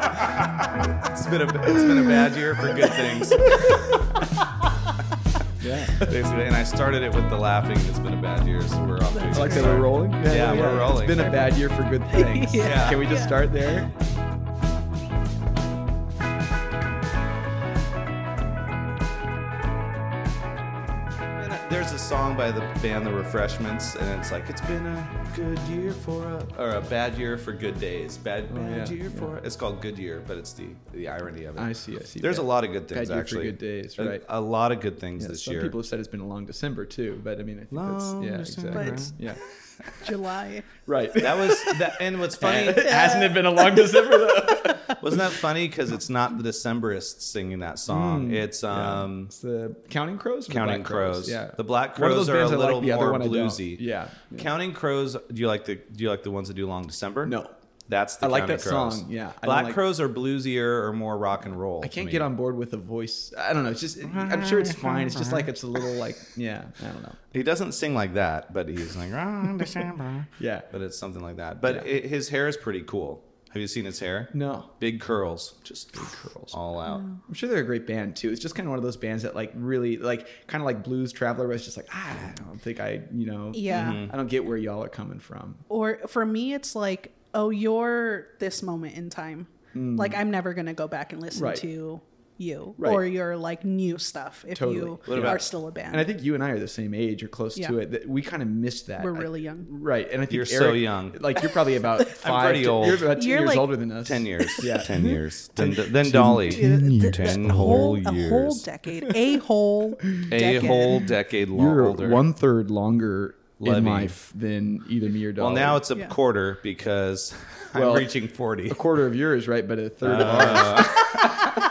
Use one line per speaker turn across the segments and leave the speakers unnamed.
It's been a it's been a bad year for good things.
Yeah.
Basically, and I started it with the laughing. It's been a bad year, so we're off. to a
I
good
like that we're
start.
rolling.
Yeah, we're rolling.
It's been a bad year for good things.
Yeah.
Can we just
Yeah.
start there?
And, uh, There's a song by the band The Refreshments, and it's like it's been a good year for a or a bad year for good days. Bad, bad
Oh, yeah,
year for it's called Good Year, but it's the the irony of it.
I see. I see.
There's a lot of good things
Bad year for
actually.
good days,
A-
right.
A, lot of good things
Yeah,
this
some
year.
people have said it's been a long December too, but I mean, I think
Long
that's yeah,
December.
exactly. Yeah,
July.
right.
that was that, and what's funny
Hasn't it been a long December though?
wasn't that funny because it's not the Decemberists singing that song.
Hmm.
It's um
It's the Counting Crows. Or the
Counting
Black
Crows.
Yeah,
The Black
One of
Crows
those
are a
bands I
little
the other
more
one I don't.
bluesy.
Yeah, yeah.
Counting Crows. Do you like the Do you like the ones that do Long December?
No.
that's the
I like
Counting
that
Crows.
song, yeah. I don't
Black
like-
Crows are bluesier or more rock and roll.
I can't get on board with the voice. I don't know. It's just I'm sure it's fine. It's just like it's a little like yeah. I don't know.
He doesn't sing like that, but he's like "Long December.
Yeah.
but it's something like that. But
Yeah.
it, his hair is pretty cool. Have you seen his hair?
No,
Big curls, just big curls, all
Oh.
out.
I'm sure they're a great band too. It's just kind of one of those bands that like really like kind of like Blues Traveler was just like ah, I don't think I you know mm-hmm.
Yeah.
Mm-hmm.
I don't get where y'all are coming from.
Or for me, it's like, oh, you're this moment in time. Like, I'm never going to go back and listen
Mm. Right.
to you
Right.
or your like new stuff if
Totally.
you
What
are
about-
still a band.
And I think you and I are the same age or close
Yeah.
to it. That we kind of missed that.
We're
I-
really young.
right? And I think
You're
Eric-
so young.
Like you're probably about 5
pretty
to-
old.
You're about 10
You're
years
like-
older than us.
Ten years,
Yeah.
ten years. Then, then Dolly,
Th-
ten
a
whole
A whole
years,
decade. A whole
a
decade.
whole decade
You're
older.
one third longer
Levy.
in life than either me or
Well,
Dolly.
now it's a
Yeah.
quarter because
Well,
I'm reaching 40.
a quarter of yours, right? But a third
Uh,
of ours.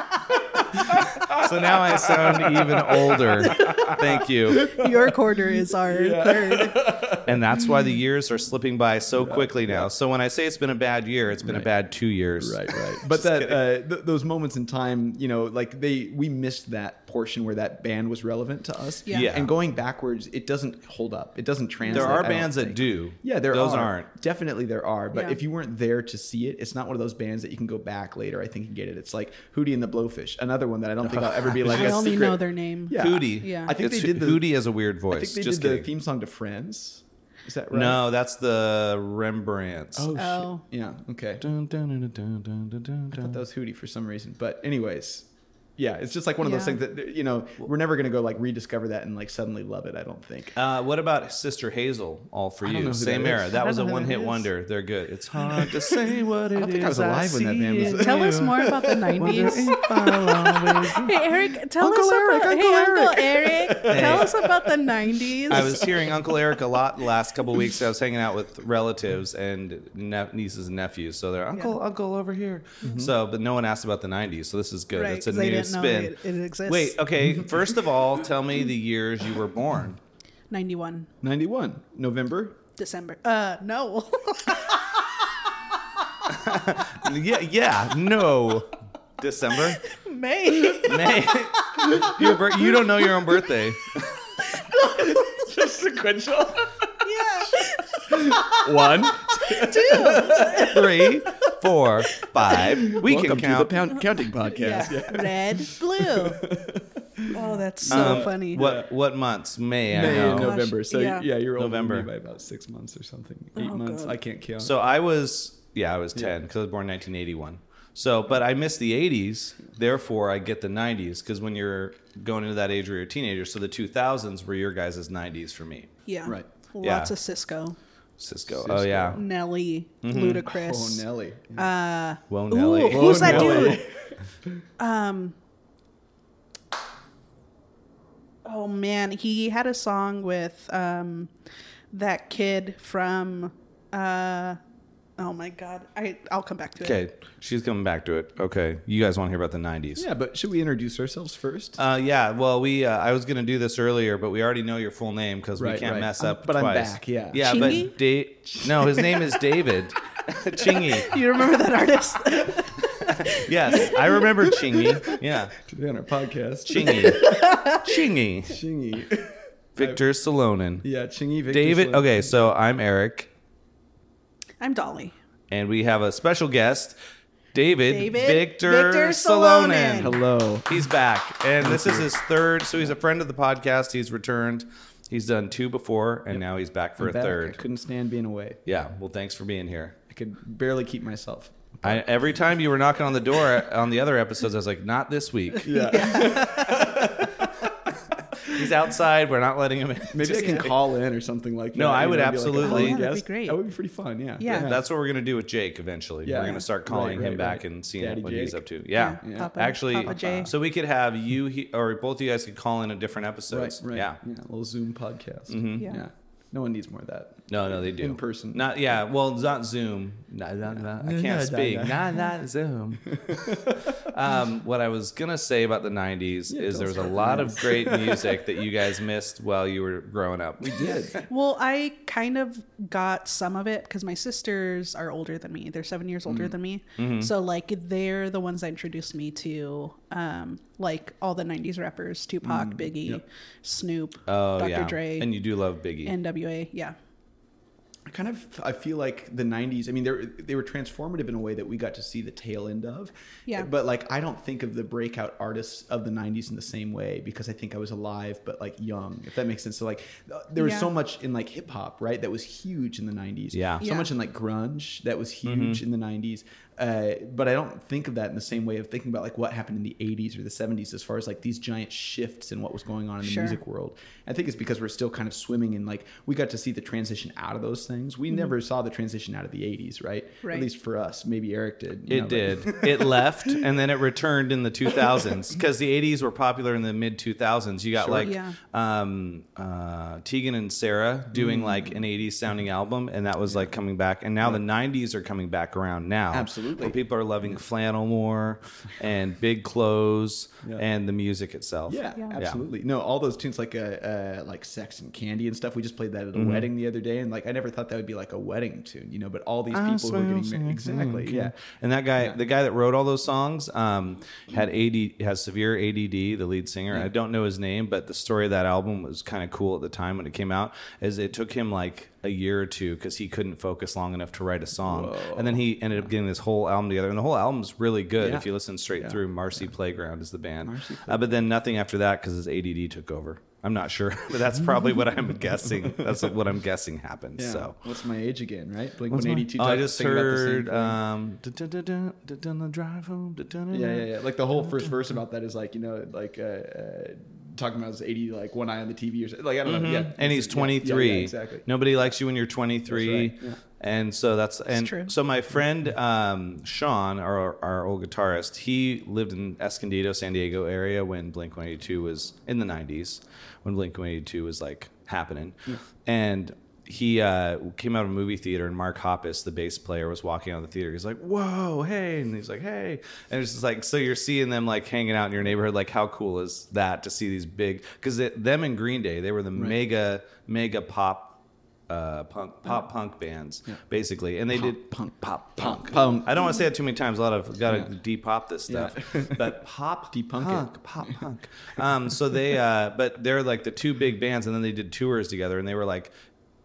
So now I sound even older. Thank you.
Your quarter is our third.
And that's why the years are slipping by so quickly now. So when I say it's been a bad year, it's been a
Right.
bad two years.
Right, right. But that uh, th- those moments in time, you know, like they we missed that portion where that band was relevant to us.
Yeah.
Yeah.
And going backwards, it doesn't hold up. It doesn't translate.
There
I
are
don't
bands that
think.
do.
Yeah, there
Those
are.
aren't.
Definitely there are. But
Yeah.
if you weren't there to see it, it's not one of those bands that you can go back later, I think, and get it. It's like Hootie and the Blowfish, another one that I don't think I'll ever be like
I
a
only
secret.
know their name.
Yeah.
Hootie.
Yeah.
I think
It's
they did the-
Hootie has a weird voice.
I think they
Just
did
kidding.
the theme song to Friends. Is that right?
No, that's the Rembrandts.
Oh,
Oh.
shit. Yeah. Okay.
Dun, dun, dun, dun, dun, dun, dun,
I thought
dun.
that was Hootie for some reason. But anyways, yeah, it's just like one of those
Yeah.
things that you know we're never gonna go like rediscover that and like suddenly love it. I don't think.
Uh, what about Sister Hazel? All for
don't know
you.
who that
Same
is.
era.
I
That was a
don't know who that
one-hit
is.
wonder. They're good. It's hard to say what it is.
don't think I was alive when that
see
band was-
in
Tell us
you.
more about the 90s. Hey, Eric, tell
Uncle
us
Eric,
about
Uncle
hey, Uncle Eric. Tell us about the 90s.
I was hearing Uncle Eric a lot the last couple weeks. I was hanging out with relatives and ne- nieces and nephews, so they're Uncle, Uncle over here. So, but no one asked about the '90s, so this is good.
Mm-hmm. Right,
it's a
'cause they
new
didn't know
spin.
it- it exists.
Wait, okay. First of all, tell me the years you were born.
91
Ninety one November.
December. Uh, no.
Yeah, yeah, no, December,
May.
May. Your bir- you don't know your own birthday.
Just sequential.
yeah.
one.
Three, four, five. We
Welcome
can count.
to the pound- counting podcast.
Yeah. Red, blue. Oh, that's so
Um,
funny.
What what months? May. I
May
know.
and
Gosh,
November. So
yeah.
yeah, you're older than me
November.
by about six months or something. Eight
Oh,
months.
God.
I can't count.
So I was, yeah, I was 10 because I was born in 1981. So, but I missed the 80s, therefore I get the 90s because when you're going into that age where you're a teenager, so the 2000s were your guys' 90s for me.
Yeah.
Right.
Lots
Yeah.
of Cisco,
Cisco.
Cisco.
Oh, yeah.
Nelly,
Mm-hmm.
oh
Ludacris.
Nelly.
Whoa,
Ooh,
Nelly.
Uh, who's that
Nelly.
dude? Oh man, he had a song with um, that kid from. Uh, oh my god, I I'll come back to it.
Okay. She's coming back to it. Okay. You guys want to hear about the 90s?
Yeah, but should we introduce ourselves first?
Uh, yeah, well, we uh, I was gonna do this earlier, but we already know your full name because we
Right,
can't
right.
mess
Um,
up.
but I'm
twice.
back, yeah.
yeah,
Chingy?
but da- no, his name is David Chingy.
You remember that artist?
Yes, I remember Chingy. Yeah,
Today on our podcast,
Chingy. Chingy.
Chingy.
Victor Salonen.
Yeah, Chingy. Victor
David.
Slade.
Okay, so I'm Eric,
I'm Dolly.
and we have a special guest, David,
David
Victor,
Victor
Salonen.
Salonen.
Hello.
He's back, and this is his third. So he's a friend of the podcast. He's returned. He's done two before, and now he's back for a
Back. I
third.
couldn't stand being away.
Yeah. Well, thanks for being here.
I could barely keep myself.
I, every time you were knocking on the door uh, on the other episodes, I was like, "Not this week.
Yeah.
He's outside. We're not letting him in."
Maybe I can call in or something like that.
No, I
you
would
know, be like a
absolutely-
calling
Oh, yeah,
that'd be
guest.
great.
That would be pretty fun. Yeah.
Yeah.
That's what we're gonna do with Jake eventually.
Yeah.
We're gonna start calling
Right,
him
right,
back
right.
and seeing
Daddy
what he's
Jake.
up to. Yeah,
Yeah.
Papa-
actually, uh,
Papa J.
so we could have you he, or both of you guys could call in on different episodes. Yeah.
A little Zoom podcast.
Yeah.
Yeah. No one needs more of that.
No, no, they do
In person.
Not yeah. Well, it's not Zoom. Nah, nah, nah, I can't
nah,
speak.
nah,
Nah, nah, Zoom. um, what I was gonna say about the '90s
Yeah,
is there
tell
was a
us about
lot of great music that you guys missed while you were growing up.
We did.
Well, I kind of got some of it because my sisters are older than me. They're seven years
Mm-hmm.
older than me. So, like, they're the ones that introduced me to, um, like, all the 90s rappers Tupac, Biggie, Snoop,
Mm, Oh
Dr.
yeah,
Dre,
and you do love Biggie.
NWA. Yeah.
I kind of I feel like the 90s I mean they they were transformative in a way that we got to see the tail end of
Yeah.
but like I don't think of the breakout artists of the 90s in the same way because I think I was alive but like young if that makes sense so like uh, there was
Yeah.
so much in like hip hop right that was huge in the 90s
Yeah.
so
Yeah.
much in like grunge that was huge in the 90s uh, but I don't think of that in the same way of thinking about like what happened in the 80s or the 70s as far as like these giant shifts in what was going on in the
Sure.
music world world. I think it's because we're still kind of swimming in like we got to see the transition out of those things. We never saw the transition out of the 80s, right?
Mm-hmm. Right.
At least for us. Maybe Eric did. you
It
know, but-
did. it left and then it returned in the 2000s because the 80s were popular in the mid 2000s. You got like
Yeah.
um, uh, Tegan and Sarah
Mm.
doing like an 80s sounding album, and that was like coming back. And now the 90s are coming back around now.
Absolutely.
Where people are loving flannel more and big clothes
Yeah.
and the music itself.
Yeah,
Yeah.
absolutely. No, all those tunes like uh, uh like Sex and Candy and stuff. We just played that
Mm-hmm.
at a wedding the other day and like I never thought that would be like a wedding tune, you know, but all these
Ah,
people who are getting married exactly.
Mm-hmm.
Mm-hmm. Yeah.
And that guy, the guy that wrote all those songs, um, had AD has severe ADD. The lead singer, I don't know his name, but the story of that album was kind of cool at the time when it came out. Is it took him like a year or two because he couldn't focus long enough to write a song, and then he ended up getting this whole album together. And the whole album's really good
Yeah.
if you listen straight through. Marcy Playground is the band,
Marcy
uh, but then nothing after that because his ADD took over. I'm not sure, but that's probably what I'm guessing. That's what I'm guessing happened.
Yeah.
So
what's my age again, right? Blink 182.
Oh, I
talk-
just
sing about the same
heard
thing.
um, dun, dun, dun, dun, dun, dun, drive home. dun, dun, dun,
yeah,
dun.
yeah, yeah. Like the whole first verse about that is like, you know, like uh, uh talking about his 80 like one eye on the TV or something. Like I don't know. Yeah.
Mm-hmm. And he's
Yeah, yeah, yeah,
23.
exactly.
Nobody likes you when you're 23.
That's right, yeah.
And so that's and
true.
so my friend um, Sean, our our old guitarist, he lived in Escondido, San Diego area when Blink 182 was in the 90s, when Blink 182 was like happening, and. He uh, came out of a movie theater, and Mark Hoppus, the bass player, was walking out of the theater. He's like, "Whoa, hey!" And he's like, "Hey!" And it's just like, so you're seeing them like hanging out in your neighborhood. Like, how cool is that to see these big? Because them and Green Day, they were the mega, mega pop uh, punk pop punk bands basically, and they did
punk,
pop
punk.
punk. I don't want to say it too many times. A lot of got to
Yeah.
depop this stuff, but pop
Depunk
punk,
it.
pop punk. Um, so they, uh, but they're like the two big bands, and then they did tours together, and they were like.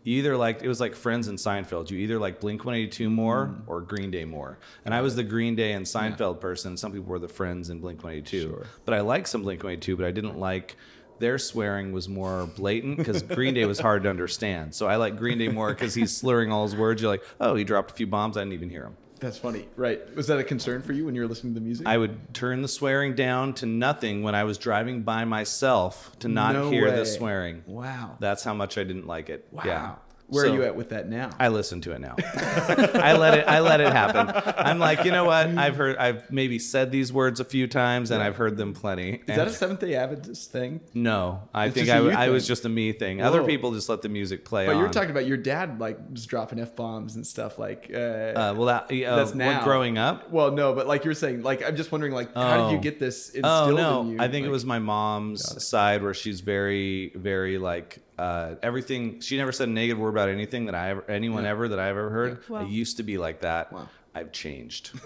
You either like it was like Friends and Seinfeld. You either like Blink One Eighty Two more or Green Day more. And I was the Green Day and Seinfeld person. Some people were the Friends and Blink One Eighty Two. But I liked some Blink One Eighty Two. But I didn't like their swearing was more blatant because Green Day was hard to understand. So I like Green Day more because he's slurring all his words. You're like, oh, he dropped a few bombs. I didn't even hear him.
That's funny, right? Was that a concern for you when you were listening to the music?
I would turn the swearing down to nothing when I was driving by myself to not
No
hear
way.
the swearing.
wow.
That's how much I didn't like it.
wow.
Yeah.
Where
So-
are you at with that now?
I listen to it now. I let it. I let it happen. I'm like, you know what? I've heard. I've maybe said these words a few times, and I've heard them plenty.
Is that a Seventh Day Adventist thing?
no? I
It's
think
just
I,
a you
I was
thing.
just a me thing. Other
Whoa.
people just let the music play.
But you were
on.
talking about your dad like just dropping f bombs and stuff like. Uh,
Uh, well, that, uh,
that's
what,
now
growing up.
Well, no, but like you were saying, like I'm just wondering, like how did you
Oh.
get this
Oh
instilled
no,
in you?
I think it
Like,
was my mom's side where she's very, very like uh, everything. She never said a negative word about anything that I ever, anyone ever that I've ever heard.
Wow.
I used to be like that.
Wow.
I've changed.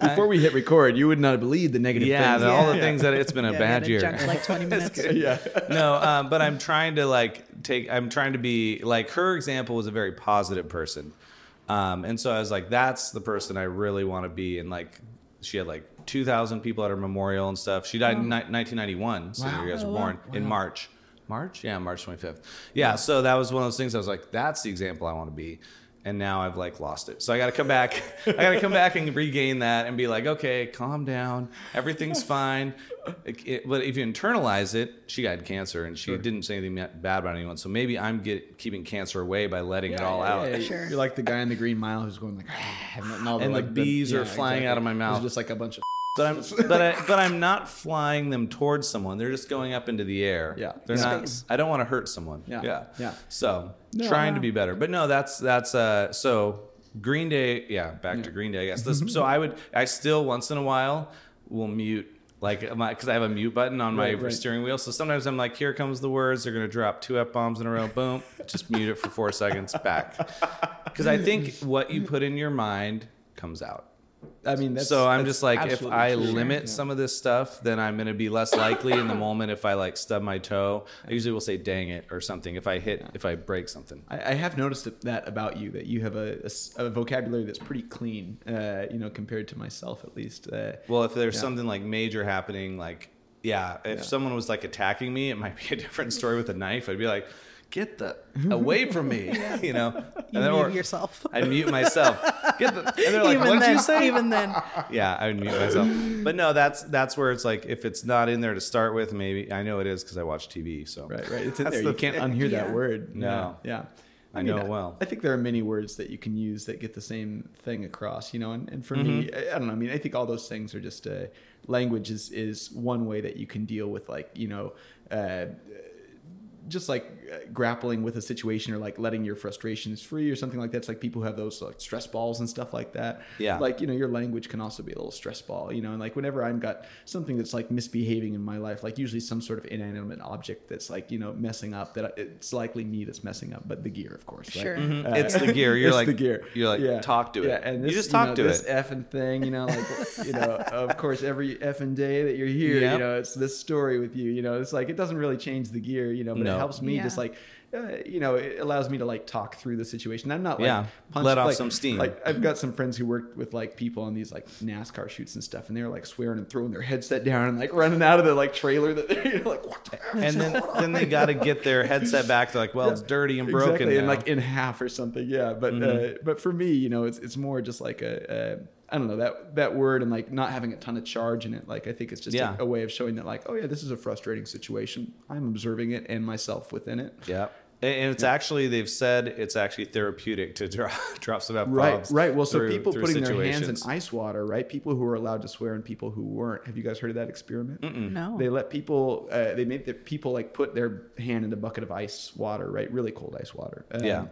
before we hit record, you would not believe the negative.
yeah,
things.
the- all the
Yeah.
things that it's been a
Yeah,
bad
we had to
year.
jump Like 20 minutes.
yeah.
no, um, but I'm trying to like take. I'm trying to be like her example was a very positive person. Um, and so I was like, that's the person I really want to be. And like, she had like 2,000 people at her memorial and stuff. She died in ni- 1991, so
Wow.
you guys
Oh,
were
wow.
born in March. March? Yeah, March 25th. Yeah, so that was one of those things I was like, that's the example I want to be. And now I've like lost it. So I got to come back. I got to come back and regain that and be like, okay, calm down. Everything's fine. It- it- but if you internalize it, she had cancer and she didn't say anything bad about anyone. So maybe I'm get, keeping cancer away by letting it all out.
Sure.
You're like the guy in the Green Mile who's going like, "Ah," and all
And the bees are flying out of my mouth.
It's just like a bunch of.
But I'm but I, but I'm not flying them towards someone. They're just going up into the air.
Yeah.
they're
Yeah.
not.
Space.
I don't want to hurt someone.
Yeah.
yeah,
Yeah.
So trying to be better, but no, that's that's uh. So Green Day, yeah, back to Green Day. I guess this.
Mm-hmm.
so I would. I still once in a while will mute. Like my, because I have a mute button on my
Right, right.
steering wheel, so sometimes I'm like, "Here comes the words. They're gonna drop two f bombs in a row. Boom! Just mute it for four seconds. Back." Because I think what you put in your mind comes out
I mean, that's,
so I'm
that's
just like, if
absolutely
I
true.
limit
Yeah.
some of this stuff, then I'm gonna be less likely in the moment if I like stub my toe. I usually will say "dang it" or something if I hit if I break something.
I, I have noticed that- that about you that you have a, a s- a vocabulary that's pretty clean, uh, you know, compared to myself at least. Uh,
Well, if there's
Yeah.
something like major happening, like yeah, if
Yeah.
someone was like attacking me, it might be a different story with a knife. I'd be like, "Get the away from me," you know.
You
and then,
mute
or
yourself.
I'd mute myself. Get the, and they're like,
even
"What'd
then,
you say?"
even then,
yeah, I would mute myself. But no, that's that's where it's like if it's not in there to start with, maybe I know it is because I watch TV. So
right, right. It's in
That's
there.
the
You can't
thing.
unhear that
Yeah.
word.
No.
Yeah. yeah.
I know it well.
I think there are many words that you can use that get the same thing across, you know. And, and for me,
Mm-hmm.
I, I don't know. I mean, I think all those things are just uh, language is is one way that you can deal with like you know uh, just like uh, grappling with a situation or like letting your frustrations free or something like that. It's like people who have those like stress balls and stuff like that.
Yeah.
Like, you know, your language can also be a little stress ball, you know, and like whenever I'm got something that's like misbehaving in my life, like usually some sort of inanimate object that's like, you know, messing up that I- it's likely me that's messing up, but the gear, of course. right?
Sure. Mhm.
Uh,
Mm-hmm. It's the gear. You're
it's
like-
the gear.
you're like, talk to it.
Yeah. And
You
this,
just talk
know,
to
this
it.
effing thing, you know, like, you know, of course, every effing day that you're here,
Yep.
you know, it's this story with you, you know, it's like, it doesn't really change the gear, you know, but
No.
it helps me
Yeah.
just like, uh, you know, it allows me to like talk through the situation. I'm not like,
Yeah. Let off
like-
some steam.
Like I've got some friends who worked with like people on these like NASCAR shoots and stuff, and they're like swearing and throwing their headset down and like running out of the like trailer that they're you know, like, what the hell?
and then then they got to get their headset back. They're like, well, it's dirty and broken.
Exactly, and
now. Mm-hmm.
like in half or something. Yeah, but uh, but for me, you know, it's it's more just like a. a I don't know that that word and like not having a ton of charge in it. Like I think it's just
Yeah.
a, a way of showing that like, oh yeah, this is a frustrating situation. I'm observing it and myself within it.
yeah. And- And it's actually they've said it's actually therapeutic to drop drop some F
Right,
bombs
right. Well, so
through-
people
through
putting their hands
situations.
in ice water, right? People who are allowed to swear and people who weren't. Have you guys heard of that experiment?
No.
They let people. Uh, they made the people like put their hand in a bucket of ice water, right? Really cold ice water. Um,
Yeah.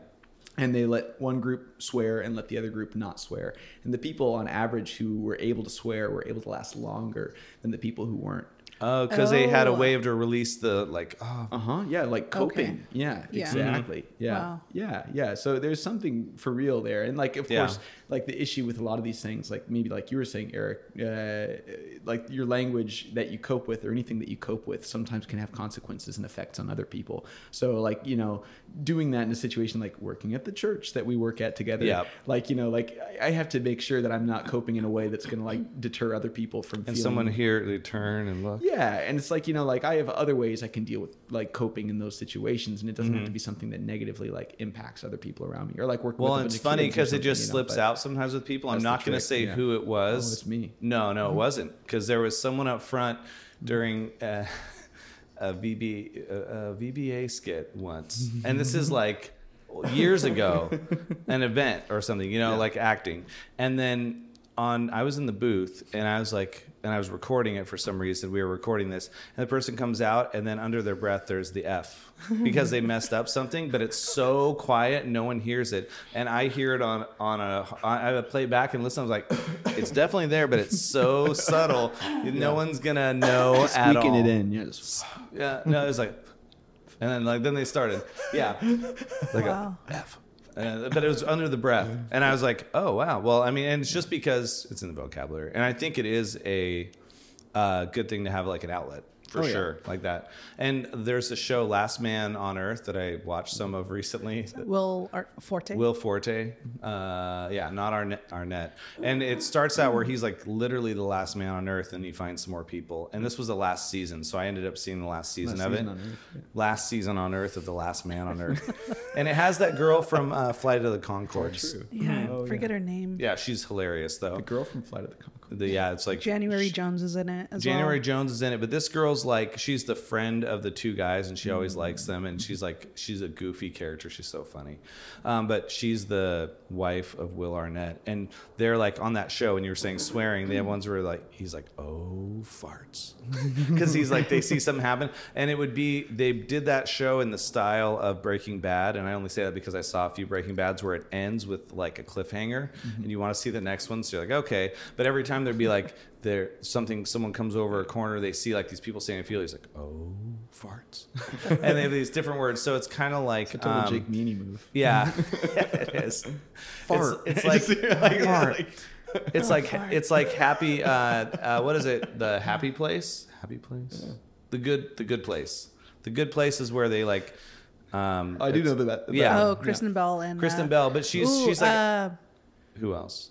And they let one group swear and let the other group not swear. And the people on average who were able to swear were able to last longer than the people who weren't.
Oh, because they had a
Oh.
wave to release the like. Oh,
Uh huh. Yeah, like coping.
Okay.
Yeah,
Yeah. Mm-hmm.
exactly. Yeah,
Wow.
yeah, yeah. So there's something for real there, and like of
Yeah.
course, like the issue with a lot of these things, like maybe like you were saying, Eric, uh, like your language that you cope with or anything that you cope with sometimes can have consequences and effects on other people. So like you know, doing that in a situation like working at the church that we work at together,
Yep.
like you know, like I- I have to make sure that I'm not coping in a way that's going to like deter other people from
and
feeling
someone here they turn and look.
yeah, and it's like you know, like I have other ways I can deal with like coping in those situations, and it doesn't have to be something that negatively like impacts other people around me or like working.
Mm-hmm. Well,
with a
and it's
bunch of
funny
kids or
because it
something,
just
you know,
slips
but-
out sometimes with people. I'm
That's the
not going to
trick,
say
yeah.
who it was.
Oh, it's me. Mm-hmm.
No, no, it wasn't. Because there was someone up front during uh, a, VB, a, a VBA skit once.
Mm-hmm.
And this is like years ago, an event or something, you know, like acting. And then on, I was in the booth and I was like, and I was recording it for some reason. We were recording this, and the person comes out, and then under their breath, there's the F because they messed up something. But it's so quiet, no one hears it, and I hear it on on a I I would play back and listen. I was like, it's definitely there, but it's so subtle, no one's gonna know at
Squeaking
all.
it in, yeah. Just,
Yeah, no, it was like, and then like then they started, yeah, like a
Wow.
F. Uh, but it was under the breath, and I was like, "Oh wow!" Well, I mean, and it's just because it's in the vocabulary, and I think it is a uh, good thing to have like an outlet for for
Oh, yeah.
sure, like that. And there's a show, Last Man on Earth, that I watched some of recently.
Will Ar- Forte.
Will Forte. Uh, yeah, not Arnett, Arnett. And it starts out where he's like literally the last man on earth and he finds some more people. And this was the last season. So I ended up seeing the last season
Last
of
Season
it.
on Earth, yeah.
Last season on earth of the last man on earth. and it has that girl from uh, Flight of the Concords.
True.
yeah,
Oh,
forget her name.
Mm-hmm. Yeah, she's hilarious though.
The girl from Flight of the Conchords.
The- yeah, it's like
January Jones is in it as
January
well.
Jones is in it, but this girl's like she's the friend of the two guys, and she always
Mm.
likes them. And she's like she's a goofy character. She's so funny, um, but she's the wife of Will Arnett, and they're like on that show. And you were saying swearing,
Mm.
the ones were like he's like oh farts, because he's like they see something happen, and it would be they did that show in the style of Breaking Bad, and I only say that because I saw a few Breaking Bads where it ends with like a cliffhanger, and you want to see the next one, so you're like okay, but every time there'd be like there something someone comes over a corner they see like these people standing in a field he's like oh farts and they have these different words so it's kind of like
Total
um,
Jake Meany move.
yeah it is
Fart.
it's, it's like,
Fart.
it's like it's like happy uh, uh, what is it the happy place happy place the good the good place the good place is where they like um
I do
it's-
know that. that
Yeah.
Oh, Kristen Bell and
Kristen
uh,
Bell but she's
ooh,
she's like
uh,
who else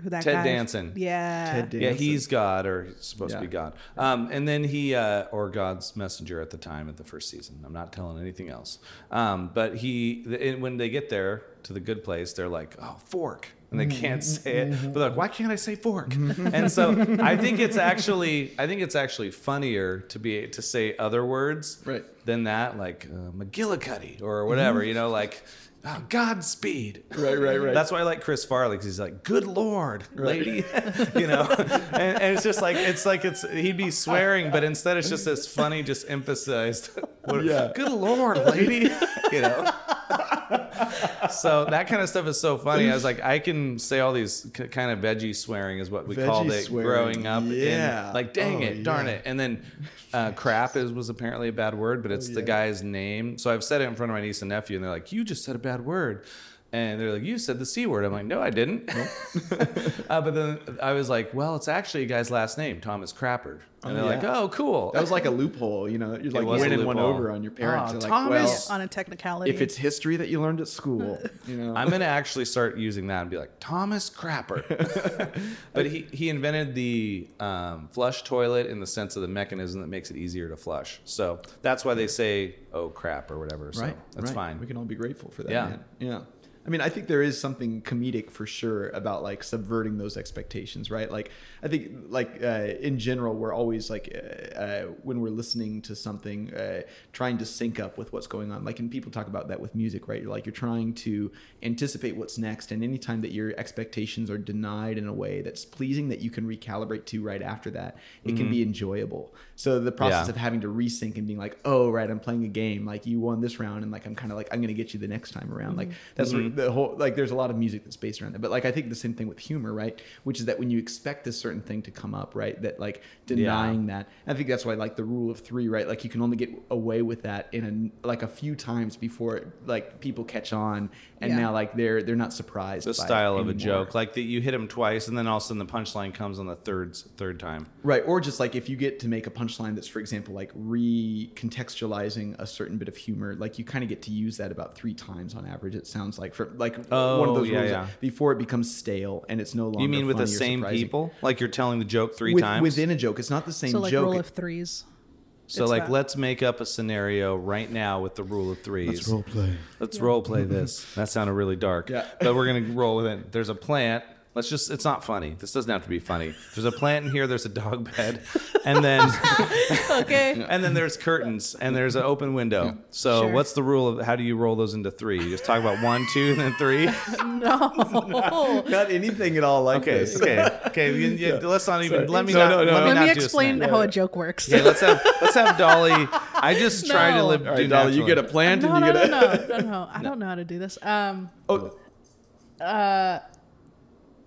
who that
Ted
guy-
Danson.
Yeah.
Ted Dan-
Yeah,
Danson.
he's God, or he's supposed to be
Yeah.
God. Um, and then he, uh, or God's messenger at the time at the first season. I'm not telling anything else. Um, but he, the, and when they get there to the good place, they're like, oh, fork. And they can't
Mm-hmm.
say it. But they're like, why can't I say fork? and so I think it's actually, I think it's actually funnier to be, to say other words
Right. Mm-hmm.
than that, like uh, McGillicuddy or whatever, you know, like, oh, Godspeed.
Right, right, right.
That's why I like Chris Farley because he's like, "Good Lord, lady," you know, and, and it's just like it's like it's he'd be swearing, but instead it's just this funny, just emphasized, what-
Yeah.
"Good Lord, lady," you know. so that kind of stuff is so funny. I was like, I can say all these k- kind of veggie swearing is what we
Veggie
called it
swearing,
growing up. in-
yeah.
like, dang
Oh,
it, darn
yeah.
it, and then uh, crap is was apparently a bad word, but it's the
Oh, yeah.
guy's name. So I've said it in front of my niece and nephew, and they're like, "You just said a bad word," and they're like, "You said the c word." I'm like, "No, I didn't." uh, but then I was like, "Well, it's actually a guy's last name, Thomas Crapper," and they're
yeah.
like, "Oh, cool."
That was like a loophole, you know. You're like
was a
winning one
loophole.
over on your parents.
Oh,
You're like,
Thomas!
well,
on a technicality.
if it's history that you learned at school, you know.
I'm gonna actually start using that and be like Thomas Crapper, but he he invented the um, flush toilet in the sense of the mechanism that makes it easier to flush. So that's why they say "oh crap" or whatever. So that's
right.
fine.
We can all be grateful for that.
Yeah.
Yeah. Yeah. I mean, I think there is something comedic for sure about like subverting those expectations, right? Like, I think like uh, in general, we're always like uh, uh, when we're listening to something, uh, trying to sync up with what's going on. Like, and people talk about that with music, right? You're like you're trying to anticipate what's next, and anytime that your expectations are denied in a way that's pleasing that you can recalibrate to right after that, it can be enjoyable. So the process
Mm-hmm. Yeah.
of having to resync and being like, oh right, I'm playing a game. Like you won this round, and like I'm kind of like I'm gonna get you the next time around. Like
Mm-hmm.
that's what the whole like. There's a lot of music that's based around that. But like I think the same thing with humor, right? Which is that when you expect this certain thing to come up, right? That like denying that. I think that's why like the rule of three, right? Like you can only get away with that in a like a few times before like people catch on, and
Yeah.
now like they're they're not surprised.
the
by it
style of a
anymore.
joke like that you hit him twice and then all of a sudden the punchline comes on the third third time
Right, or just like if you get to make a punchline that's, for example, like recontextualizing a certain bit of humor, like you kind of get to use that about three times on average. It sounds like for like
Oh,
one of those
yeah,
rules
yeah.
before it becomes stale and it's no longer.
you mean with the
funny or
same
surprising.
people like you're telling the joke three
With-
times
within a joke? It's not the same
so like
joke.
rule of threes.
so
it's
like
that.
let's make up a scenario right now with the rule of threes let's role play this that sounded really dark
Yeah.
but we're gonna roll with it there's a plant let's just it's not funny this doesn't have to be funny there's a plant in here there's a dog bed and then
Okay.
and then there's curtains and there's an open window so
Sure.
what's the rule of how do you roll those into three you just talk about one two and then three
no.
not anything at all like
Okay,
this.
okay, okay. you- you- Let's not even. Let me
No,
not.
no, no.
Let me,
Let
not
me
do a
explain
snack.
how a joke works.
Okay, let's have let's have Dolly. I just try to
No.
live.
All
do
right, Dolly, you
naturally.
get a plant
No,
and
no,
you
no,
get a.
no, no, no. I don't know how to do this. Um,
Oh,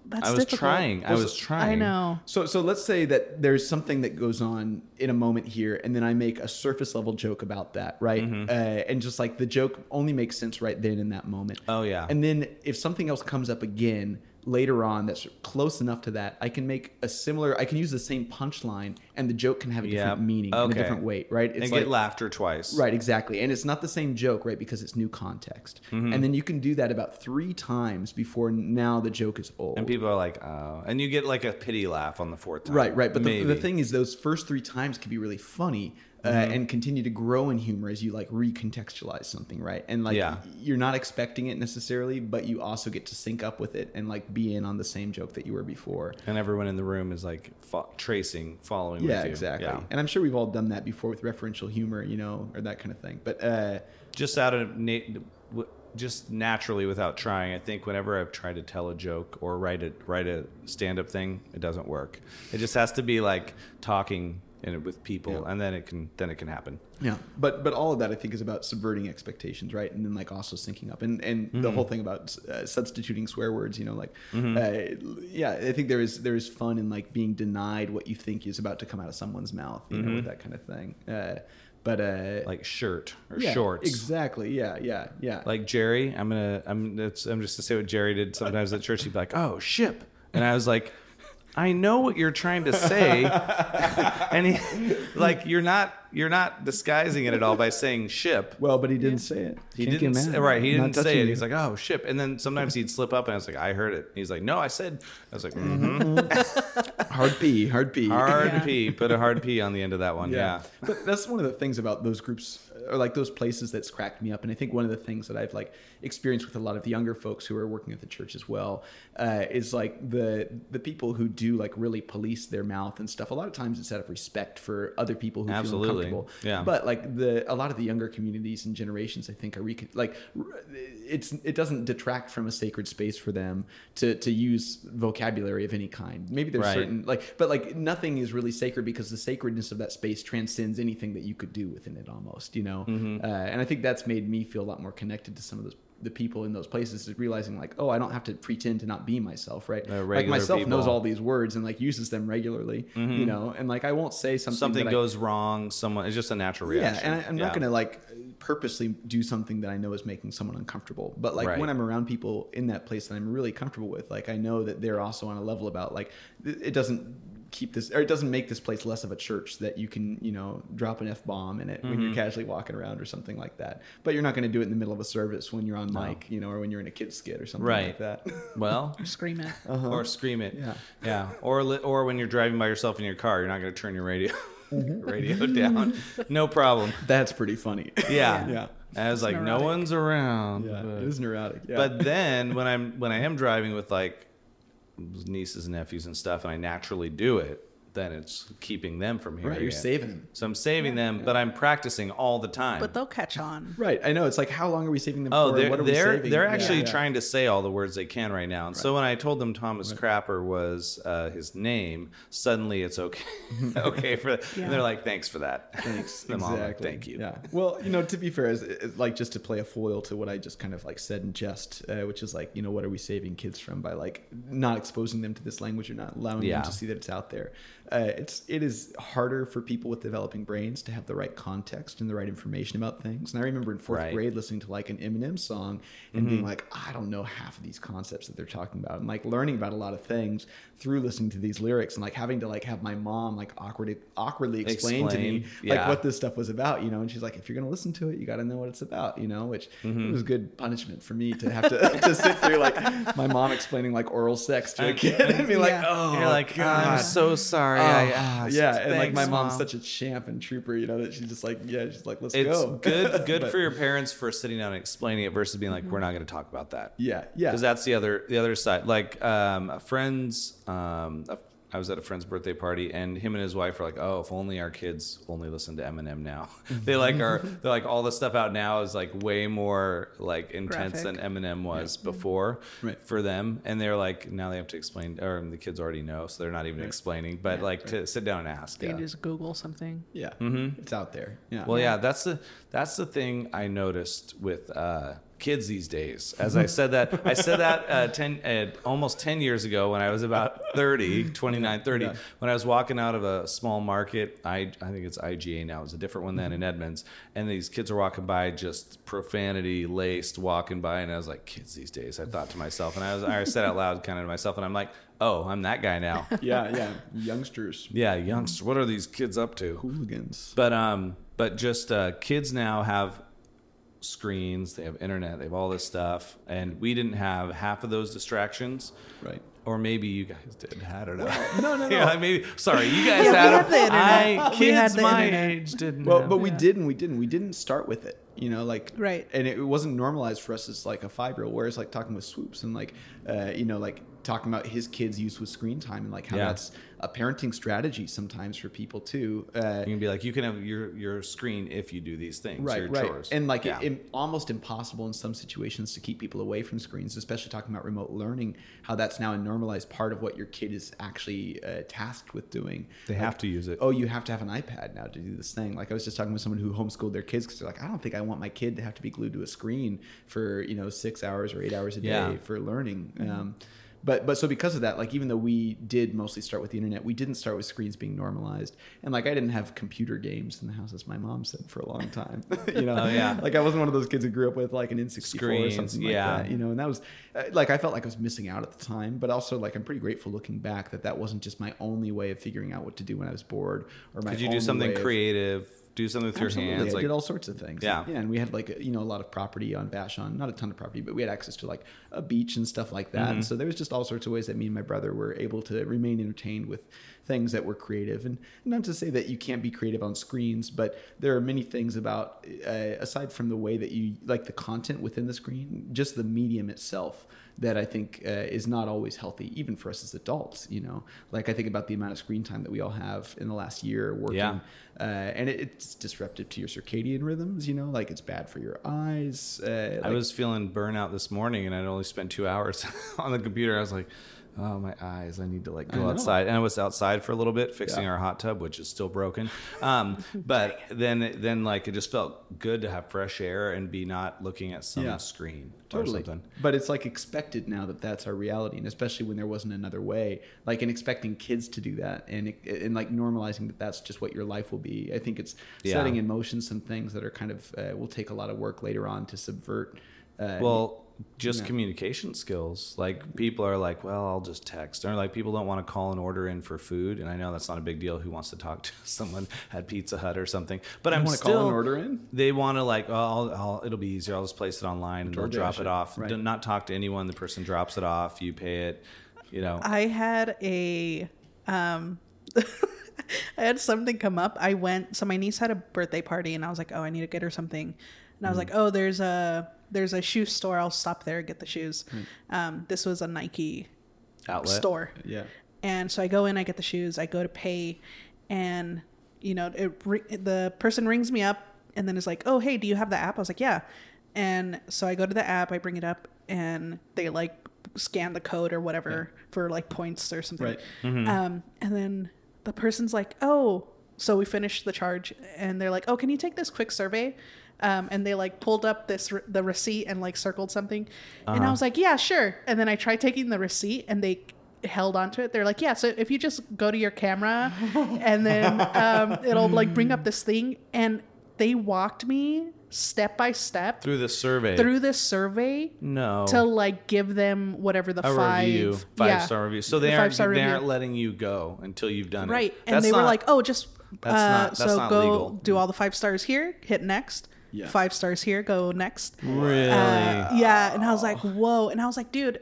that's
I was
difficult.
trying. I
Was
was
it-
trying.
I know.
So, so let's say that there's something that goes on in a moment here, and then I make a surface level joke about that, right?
Mm-hmm.
Uh, and just like the joke only makes sense right then in that moment.
Oh, yeah.
And then if something else comes up again, later on that's close enough to that, I can make a similar. I can use the same punchline, and the joke can have a different
Yeah.
meaning and a
Okay.
different weight, right? It's
and get laughter twice.
Right, exactly. And it's not the same joke, right? Because it's new context.
Mm-hmm.
And then you can do that about three times before now the joke is old.
And people are like, oh. And you get like a pity laugh on the fourth time.
right, right. But the, the
Maybe. Mm-hmm.
thing is, those first three times can be really funny uh, and continue to grow in humor as you like recontextualize something, right? And like
Yeah.
you're not expecting it necessarily, but you also get to sync up with it and like be in on the same joke that you were before.
And everyone in the room is like fo- tracing, following
Yeah,
with you.
exactly. And I'm sure we've all done that before with referential humor, you know, or that kind of thing. But uh,
Just out of, na- w- just naturally without trying. I think whenever I've tried to tell a joke or write a, write a stand up thing, it doesn't work. It just has to be like talking in, with people
Yeah.
and then it can, then it can happen.
Yeah, but but all of that I think is about subverting expectations, right? And then like also syncing up, and and
Mm-hmm.
the whole thing about uh, substituting swear words, you know, like uh, yeah, I think there is there is fun in like being denied what you think is about to come out of someone's mouth, you know, with that kind of thing. Uh, but uh,
Mm-hmm. Like shirt or
yeah,
shorts.
exactly. Yeah, yeah, yeah.
like Jerry, I'm gonna, I'm, that's, I'm just gonna say what Jerry did sometimes at church. He'd be like, "Oh, ship," and I was like, "I know what you're trying to say," and he, like, you're not, you're not disguising it at all by saying "ship."
well, but he didn't say it.
He
Can't get
didn't,
mad.
say, right? He
Not
didn't say
touching
it.
you.
He's like, "Oh, ship," and then sometimes he'd slip up, and I was like, "I heard it." He's like, "No, I said." I was like, "Mhm."
hard P, hard P,
"Hard
Yeah.
P." Put a hard P on the end of that one. Yeah.
but that's one of the things about those groups or like those places that's cracked me up. And I think one of the things that I've like experienced with a lot of the younger folks who are working at the church as well uh, is like the the people who do like really police their mouth and stuff. A lot of times it's out of respect for other people who
Absolutely.
feel uncomfortable.
Yeah.
But like the a lot of the younger communities and generations, I think are recon- like r- it's it doesn't detract from a sacred space for them to to use vocabulary of any kind. Maybe there's
Right.
certain like but like nothing is really sacred because the sacredness of that space transcends anything that you could do within it almost you know
Mm-hmm.
uh, and i think that's made me feel a lot more connected to some of those the people in those places is realizing like oh i don't have to pretend to not be myself right
They're
like
regular
myself knows
people. Mm-hmm.
all these words and like uses them regularly you know and like i won't say something
Something
that I-
goes wrong. Someone. It's just a natural reaction.
yeah, and I, I'm not going to like purposely do something that I know is making someone uncomfortable. But like
Right.
when I'm around people in that place that I'm really comfortable with, like I know that they're also on a level about like th- it doesn't keep this or it doesn't make this place less of a church that you can you know drop an f bomb in it when
Mm-hmm.
you're casually walking around or something like that. But you're not going to do it in the middle of a service when you're on mic, you know, or when you're in a kids skit or something
Right.
like that.
Well,
Scream it.
Uh,
or scream it.
Uh-huh.
yeah.
Yeah.
Or li- or when you're driving by yourself in your car, you're not going to turn your radio
Mm-hmm.
radio down. No problem.
That's pretty funny.
Yeah.
Yeah.
And I was like, no
neurotic.
one's around.
yeah,
But-
it is neurotic. Yeah.
But then when I'm when I am driving with like nieces and nephews and stuff, and I naturally do it, then it's keeping them from hearing.
right, you're
it.
saving them.
So I'm saving them, but I'm practicing all the time.
But they'll catch on.
Right, I know. It's like, how long are we saving them
Oh,
for? and
they're
what are we
they're,
saving?
they're
Yeah.
actually
Yeah.
trying to say all the words they can right now. And so when I told them Thomas Crapper was uh, his name, suddenly it's okay. okay for and they're like, thanks for that. Thanks, them all like, Thank you.
Yeah. Well, you know, to be fair, as, as- like just to play a foil to what I just kind of like said in jest, uh, which is like, you know, what are we saving kids from by like not exposing them to this language or not allowing
Yeah.
them to see that it's out there? Uh, it's it is harder for people with developing brains to have the right context and the right information about things. And I remember in fourth
Right. Mm-hmm.
grade listening to like an Eminem song and being like, I don't know half of these concepts that they're talking about, and like learning about a lot of things through listening to these lyrics and like having to like have my mom like awkwardly awkwardly explain, to me
Explain.
like
Yeah.
what this stuff was about, you know. And she's like, if you're gonna listen to it, you got to know what it's about, you know. Which
Mm-hmm.
it was good punishment for me to have to, to sit through like my mom explaining like oral sex to a
And-
kid and be like,
Yeah.
oh,
You're like, I'm
God."
so sorry.
Oh,
I asked.
yeah, and like my
Thanks,
mom's
Mom."
such a champ and trooper, you know, that she's just like, yeah, she's like, let's
It's
go.
good good
But-
for your parents for sitting down and explaining it versus being like, we're not going to talk about that.
Yeah, yeah.
because that's the other the other side. Like um, a friend's, um, a, I was at a friend's birthday party, and him and his wife were like, "Oh, if only our kids only listen to Eminem now." they like are they're like all the stuff out now is like way more like intense
Graphic.
than Eminem was before
Mm-hmm. Right.
for them, and they're like now they have to explain, or the kids already know, so they're not even explaining. But like to sit down and ask,
They
yeah.
can just Google something.
yeah,
Mm-hmm.
it's out there. Yeah,
Well, yeah, that's the that's the thing I noticed with uh, kids these days. As I said that, I said that uh, 10, uh, almost 10 years ago when I was about 30, 29, 30,
Yeah.
when I was walking out of a small market. I, I think it's IGA now, it's a different one
Mm-hmm.
than in Edmonds. And these kids are walking by, just profanity laced, walking by. And I was like, kids these days, I thought to myself. And I, was, I said out loud kind of to myself, and I'm like, oh, I'm that guy now.
yeah, yeah. Youngsters,
yeah, youngster, what are these kids up to?
hooligans.
But um, but just uh, kids now have screens, they have internet, they have all this stuff, and we didn't have half of those distractions,
Right.
or maybe you guys did. I don't know.
No, no, no.
yeah, maybe. Sorry, you guys
Yeah,
had,
we had the
them.
internet.
I
We had
kids
the
my
internet.
age didn't.
Well,
have
but we
Yeah.
did and we didn't. We didn't start with it, you know, like
Right.
And it wasn't normalized for us as like a five year old. Whereas like talking with Swoops and like, uh, you know, like talking about his kids' use with screen time and like how
Yeah.
that's a parenting strategy sometimes for people too. Uh,
you can be like, you can have your your screen if you do these things, your
right, right,
chores,
and like
Yeah.
it, im- almost impossible in some situations to keep people away from screens, especially talking about remote learning. How that's now a normalized part of what your kid is actually uh, tasked with doing.
they
Like,
have to use it.
oh, you have to have an iPad now to do this thing. Like I was just talking with someone who homeschooled their kids because they're like, I don't think I want my kid to have to be glued to a screen for you know six hours or eight hours a day
Yeah. Mm-hmm.
for learning. Um, but but so because of that, like even though we did mostly start with the internet, we didn't start with screens being normalized. And like I didn't have computer games in the house, as my mom said for a long time. you know,
Oh, yeah.
like I wasn't one of those kids who grew up with like an N sixty four or
Screens,
something
yeah.
like that. You know, and that was uh, like I felt like I was missing out at the time, but also like I'm pretty grateful looking back that that wasn't just my only way of figuring out what to do when I was bored or my
Could you
only
do something
way of-
creative? Do something with
Absolutely.
your hands,
I
like
did all sorts of things.
Yeah.
yeah, and we had like a, you know a lot of property on Vashon, not a ton of property, but we had access to like a beach and stuff like that.
Mm-hmm.
And so there was just all sorts of ways that me and my brother were able to remain entertained with things that were creative. And not to say that you can't be creative on screens, but there are many things about uh, aside from the way that you like the content within the screen, just the medium itself that I think uh, is not always healthy, even for us as adults. You know, like I think about the amount of screen time that we all have in the last year working
Yeah.
uh, and it, it's disruptive to your circadian rhythms. You know, like it's bad for your eyes. Uh,
I was feeling burnout this morning, and I'd only spent two hours on the computer. I was like, "Oh, my eyes! I need to like go
know.
outside." And I was outside for a little bit fixing
Yeah.
our hot tub, which is still broken. Um, but then, then like it just felt good to have fresh air and be not looking at some
Yeah.
screen or
totally.
something.
But it's like expected now that that's our reality, and especially when there wasn't another way. Like, and expecting kids to do that, and and like normalizing that that's just what your life will be. I think it's
Yeah.
setting in motion some things that are kind of uh, will take a lot of work later on to subvert. Uh,
Well, just
Yeah.
communication skills. Like people are like, well, I'll just text. Or like people don't want to call an order in for food, and I know that's not a big deal. Who wants to talk to someone at Pizza Hut or something? But I'm
wanna
still
call an order in?
They want to like, oh, I'll, I'll, it'll be easier. I'll just place it online and they'll
DoorDash
drop
it,
it off.
right.
Do not talk to anyone. The person drops it off. You pay it. You know.
I had a um I had something come up. I went so my niece had a birthday party and I was like, "Oh, I need to get her something." And I was like, "Oh, there's a there's a shoe store. I'll stop there and get the shoes." Um this was a Nike
outlet.
store.
yeah,
And so I go in, I get the shoes, I go to pay, and you know, it ri- the person rings me up and then is like, "Oh, hey, do you have the app?" I was like, "Yeah." And so I go to the app, I bring it up, and they like scan the code or whatever for like points or something.
Right.
Mm-hmm.
Um, and then the person's like, "Oh." So we finished the charge, and they're like, "Oh, can you take this quick survey?" Um, and they like pulled up this re- the receipt and like circled something, and
Uh-huh.
I was like, "Yeah, sure." And then I tried taking the receipt, and they held onto it. They're like, yeah, so if you just go to your camera and then um, it'll like bring up this thing. And they walked me step by step
Through the survey.
through this survey
no.
to like give them whatever the
a
five
review, five
yeah,
star review. So they
the
aren't, they
five-star review.
aren't letting you go until you've done it.
right. And
That's
they were
not-
like, oh, just
That's
uh,
not- that's
so
not
go
legal.
do all the five stars here, hit next.
Yeah.
Five stars here, go next.
really.
Uh, yeah, and I was like, whoa, and I was like, dude,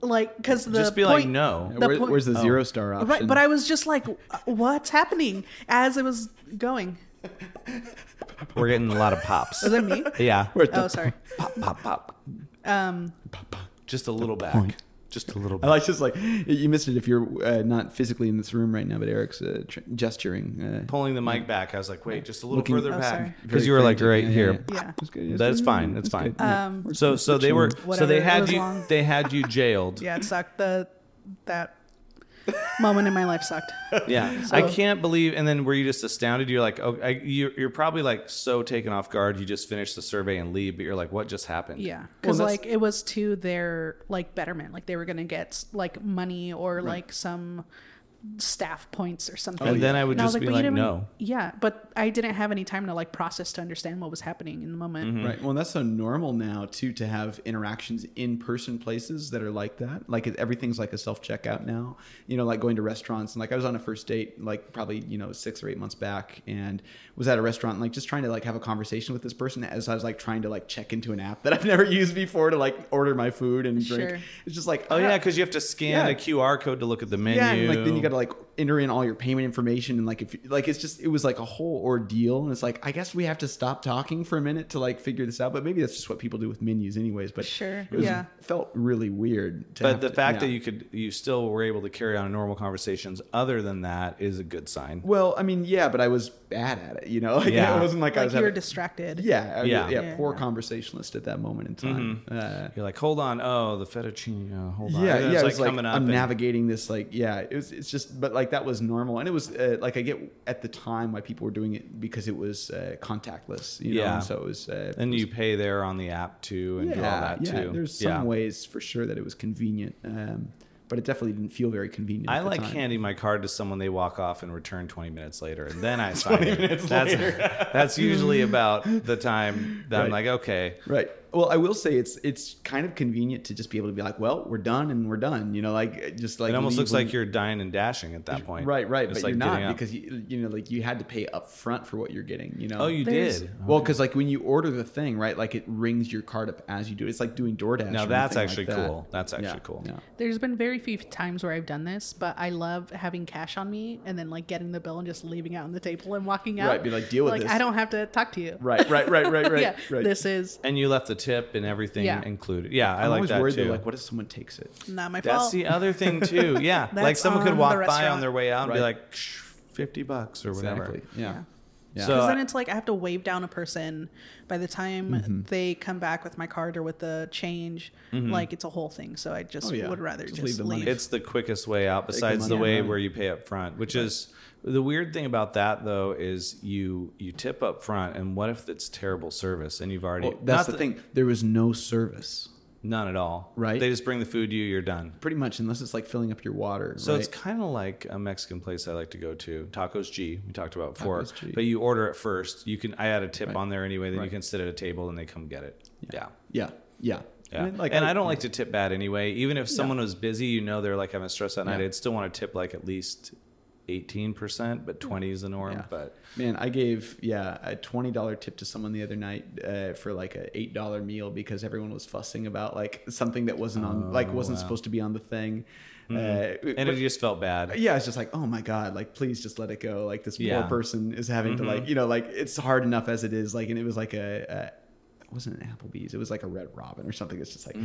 like, because the
just be like,
point-
no.
The
Where,
point-
where's
Oh.
the zero star option?
Right, but I was just like, what's happening as it was going?
We're getting a lot of pops.
Was it me?
yeah.
Oh, sorry.
pop, pop, pop.
Um,
Just a little back.
point.
Just a little
I
back.
like just like you missed it if you're uh, not physically in this room right now, but Eric's uh, tr- gesturing. Uh,
Pulling the mic back, I was like, wait, just a little
Looking-
further
Oh, sorry.
back. Because you were like right here.
yeah.
It's good, it's
That's
good.
fine, it's
It's
fine.
good, yeah.
Um,
We're-
So, so they were, so
Whatever,
they
it
had
was
you,
long.
they had you jailed.
yeah, it sucked. The that moment in my life sucked.
Yeah, I can't believe. And then were you just astounded? You're like, oh, I, you're, you're probably like so taken off guard. You just finish the survey and leave, but you're like, what just happened?
Yeah, because
that's-
like it was to their like betterment. Like they were gonna get like money or like some staff points or something.
And then I would
And I was
just be
"But you
like,
didn't-
no.
Yeah, but I didn't have any time to like process to understand what was happening in the moment.
Right. Well, that's so normal now too to have interactions in person places that are like that. Like it- everything's like a self checkout now. You know, like going to restaurants and like I was on a first date like probably you know six or eight months back and was at a restaurant and, like just trying to like have a conversation with this person as I was like trying to like check into an app that I've never used before to like order my food and drink.
Sure.
It's just like
Oh yeah, because you have to scan
Yeah.
a QR code to look at the menu.
yeah, and like then you got to like enter in all your payment information and like if you, like it's just it was like a whole ordeal and it's like I guess we have to stop talking for a minute to like figure this out, but maybe that's just what people do with menus anyways. But
Sure,
it was,
yeah.
felt really weird. To
But
have
the
to-
fact
yeah.
that you could, you still were able to carry on normal conversations. Other than that, is a good sign.
well, I mean, yeah, but I was bad at it, you know. Like,
Yeah.
it wasn't like, I
Like
was
you were
having,
distracted.
yeah, I,
Yeah. Mm-hmm.
yeah, yeah,
Yeah.
poor conversationalist at that moment in time. Uh,
You're like, hold on, oh, the fettuccine, uh, hold on.
yeah,
And
yeah.
it's,
it was like
coming up.
I'm
and-
navigating this, like, yeah, it was, it's just, but like that was normal, and it was uh, like I get at the time why people were doing it because it was uh, contactless, you know,
Yeah.
and so it was. Uh,
and you pay there on the app too, and
yeah,
do all that
yeah.
too.
There's some ways for sure that it was convenient, um, but it definitely didn't feel very convenient.
I
at the
like
time.
handing my card to someone. They walk off and return 20 minutes later, and then I sign it. That's, that's usually about the time that I'm
Right.
like, okay,
Right. Well, I will say it's it's kind of convenient to just be able to be like, well, we're done and we're done. You know, like it just like
it almost
leave
looks
when-
like you're dying and dashing at that point.
right, right,
Just like
but you're
getting
not
up.
because you you know like you had to pay up front for what you're getting. You know.
oh, you
There's-
did.
Well, because like when you order the thing, right? Like it rings your card up as you do. it. It's like doing DoorDash.
Now
or
that's
anything like
actually
that.
cool. That's
Yeah,
actually cool.
yeah.
There's been very few times where I've done this, but I love having cash on me and then like getting the bill and just leaving it on the table and walking out.
Right, be like, "Deal with
like,
this."
I don't have to talk to you.
Right, right, right, right, right.
yeah,
right.
this is
And you left the tip and everything
Yeah.
included. Yeah, I
I'm
like
always
that
worried
too.
though, like what if someone takes it?
not my
That's
fault.
the other thing too. Yeah, like
That's
someone could
on the
walk by on
restaurant.
their way out and be
Right.
like, "Shh, fifty bucks or whatever.
Exactly. Yeah. Yeah.
So
Because
I-
then it's like I have to wave down a person. By the time
Mm-hmm.
they come back with my card or with the change, like it's a whole thing. So I just
Oh, yeah.
would rather
Just
just,
leave
leave.
the money.
It's the quickest way out, besides the
money
way
out.
where you pay up front, which is the weird thing about that though is you you tip up front, and what if it's terrible service and you've already
Well, that's
not
the
that-
thing. There was no service,
none at all,
Right.
They just bring the food to you, you're done.
pretty much, unless it's like filling up your water.
So
right?
it's kind of like a Mexican place I like to go to, Tacos G. We talked about before,
Tacos G.
but you order it first. You can I add a tip
Right.
on there anyway. Then you
Right.
can sit at a table and they come get it. yeah.
yeah, yeah,
Yeah.
then,
and I, don't like to tip bad anyway. Even if someone was busy, you know they're like having stress that night.
Yeah.
I'd still want to tip like at least eighteen percent, but twenty is the norm.
Hmm. Yeah.
But
Man, I gave yeah a twenty dollar tip to someone the other night uh, for like a eight dollar meal because everyone was fussing about like something that wasn't on like wasn't supposed to be on the thing. Uh,
Oh, Hmm. and it just felt bad.
yeah, it's just like, oh my god, like please just let it go. Like this
Yeah. Mm-hmm.
poor person is having to like, you know, like it's hard enough as it is. Like, and it was like a, a it wasn't an Applebee's, it was like a Red Robin or something. It's just like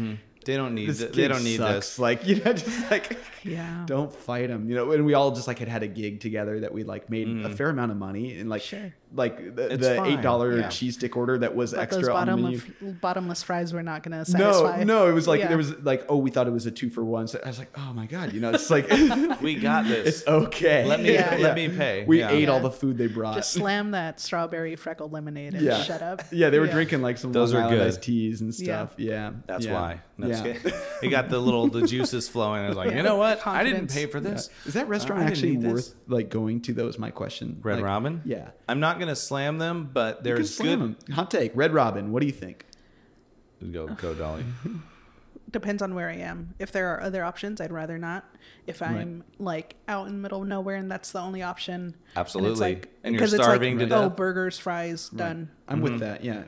They don't need.
this
th- Mm-hmm. they
gig
don't need
sucks.
this.
Like, you know, just like
Yeah.
don't fight them. You know, and we all just like had had a gig together that we like made a fair amount of money and like
Sure.
like the,
Mm. It's
the
fine.
eight dollar
Yeah.
cheese stick order that was
But
extra
those
on the
bottom
menu.
of, bottomless fries were not going to
no,
satisfy.
no, it was like
Yeah.
there was like oh we thought it was a two for one. So I was like oh my god, you know it's like it's
We got this.
okay.
Let me-
Yeah.
let me pay.
We
Yeah.
ate all
Yeah.
the food they brought.
Just slam that strawberry freckled lemonade and
yeah,
shut up.
Yeah, they were drinking like some
Those
Long
are
Island
good.
iced teas and
Yeah.
stuff. Yeah,
That's
yeah.
why. No, just
yeah.
kidding. you got the little the juices flowing. I was like, you know what? I didn't
Confidence.
pay for this.
Is that restaurant
I didn't
actually
need this.
worth like going to? That was my question.
Red
Like,
Robin.
Yeah.
I'm not gonna slam them, but
You can
there's
slam
good.
'em. Hot take. Red Robin. What do you think?
Go go Dolly.
Depends on where I am. If there are other options, I'd rather not. If I'm like out in the middle of nowhere and that's the only option,
Absolutely.
and, it's like,
And you're
because it's
starving to
like, oh,
death.
burgers, fries, done.
I'm
Mm-hmm.
with that. Yeah.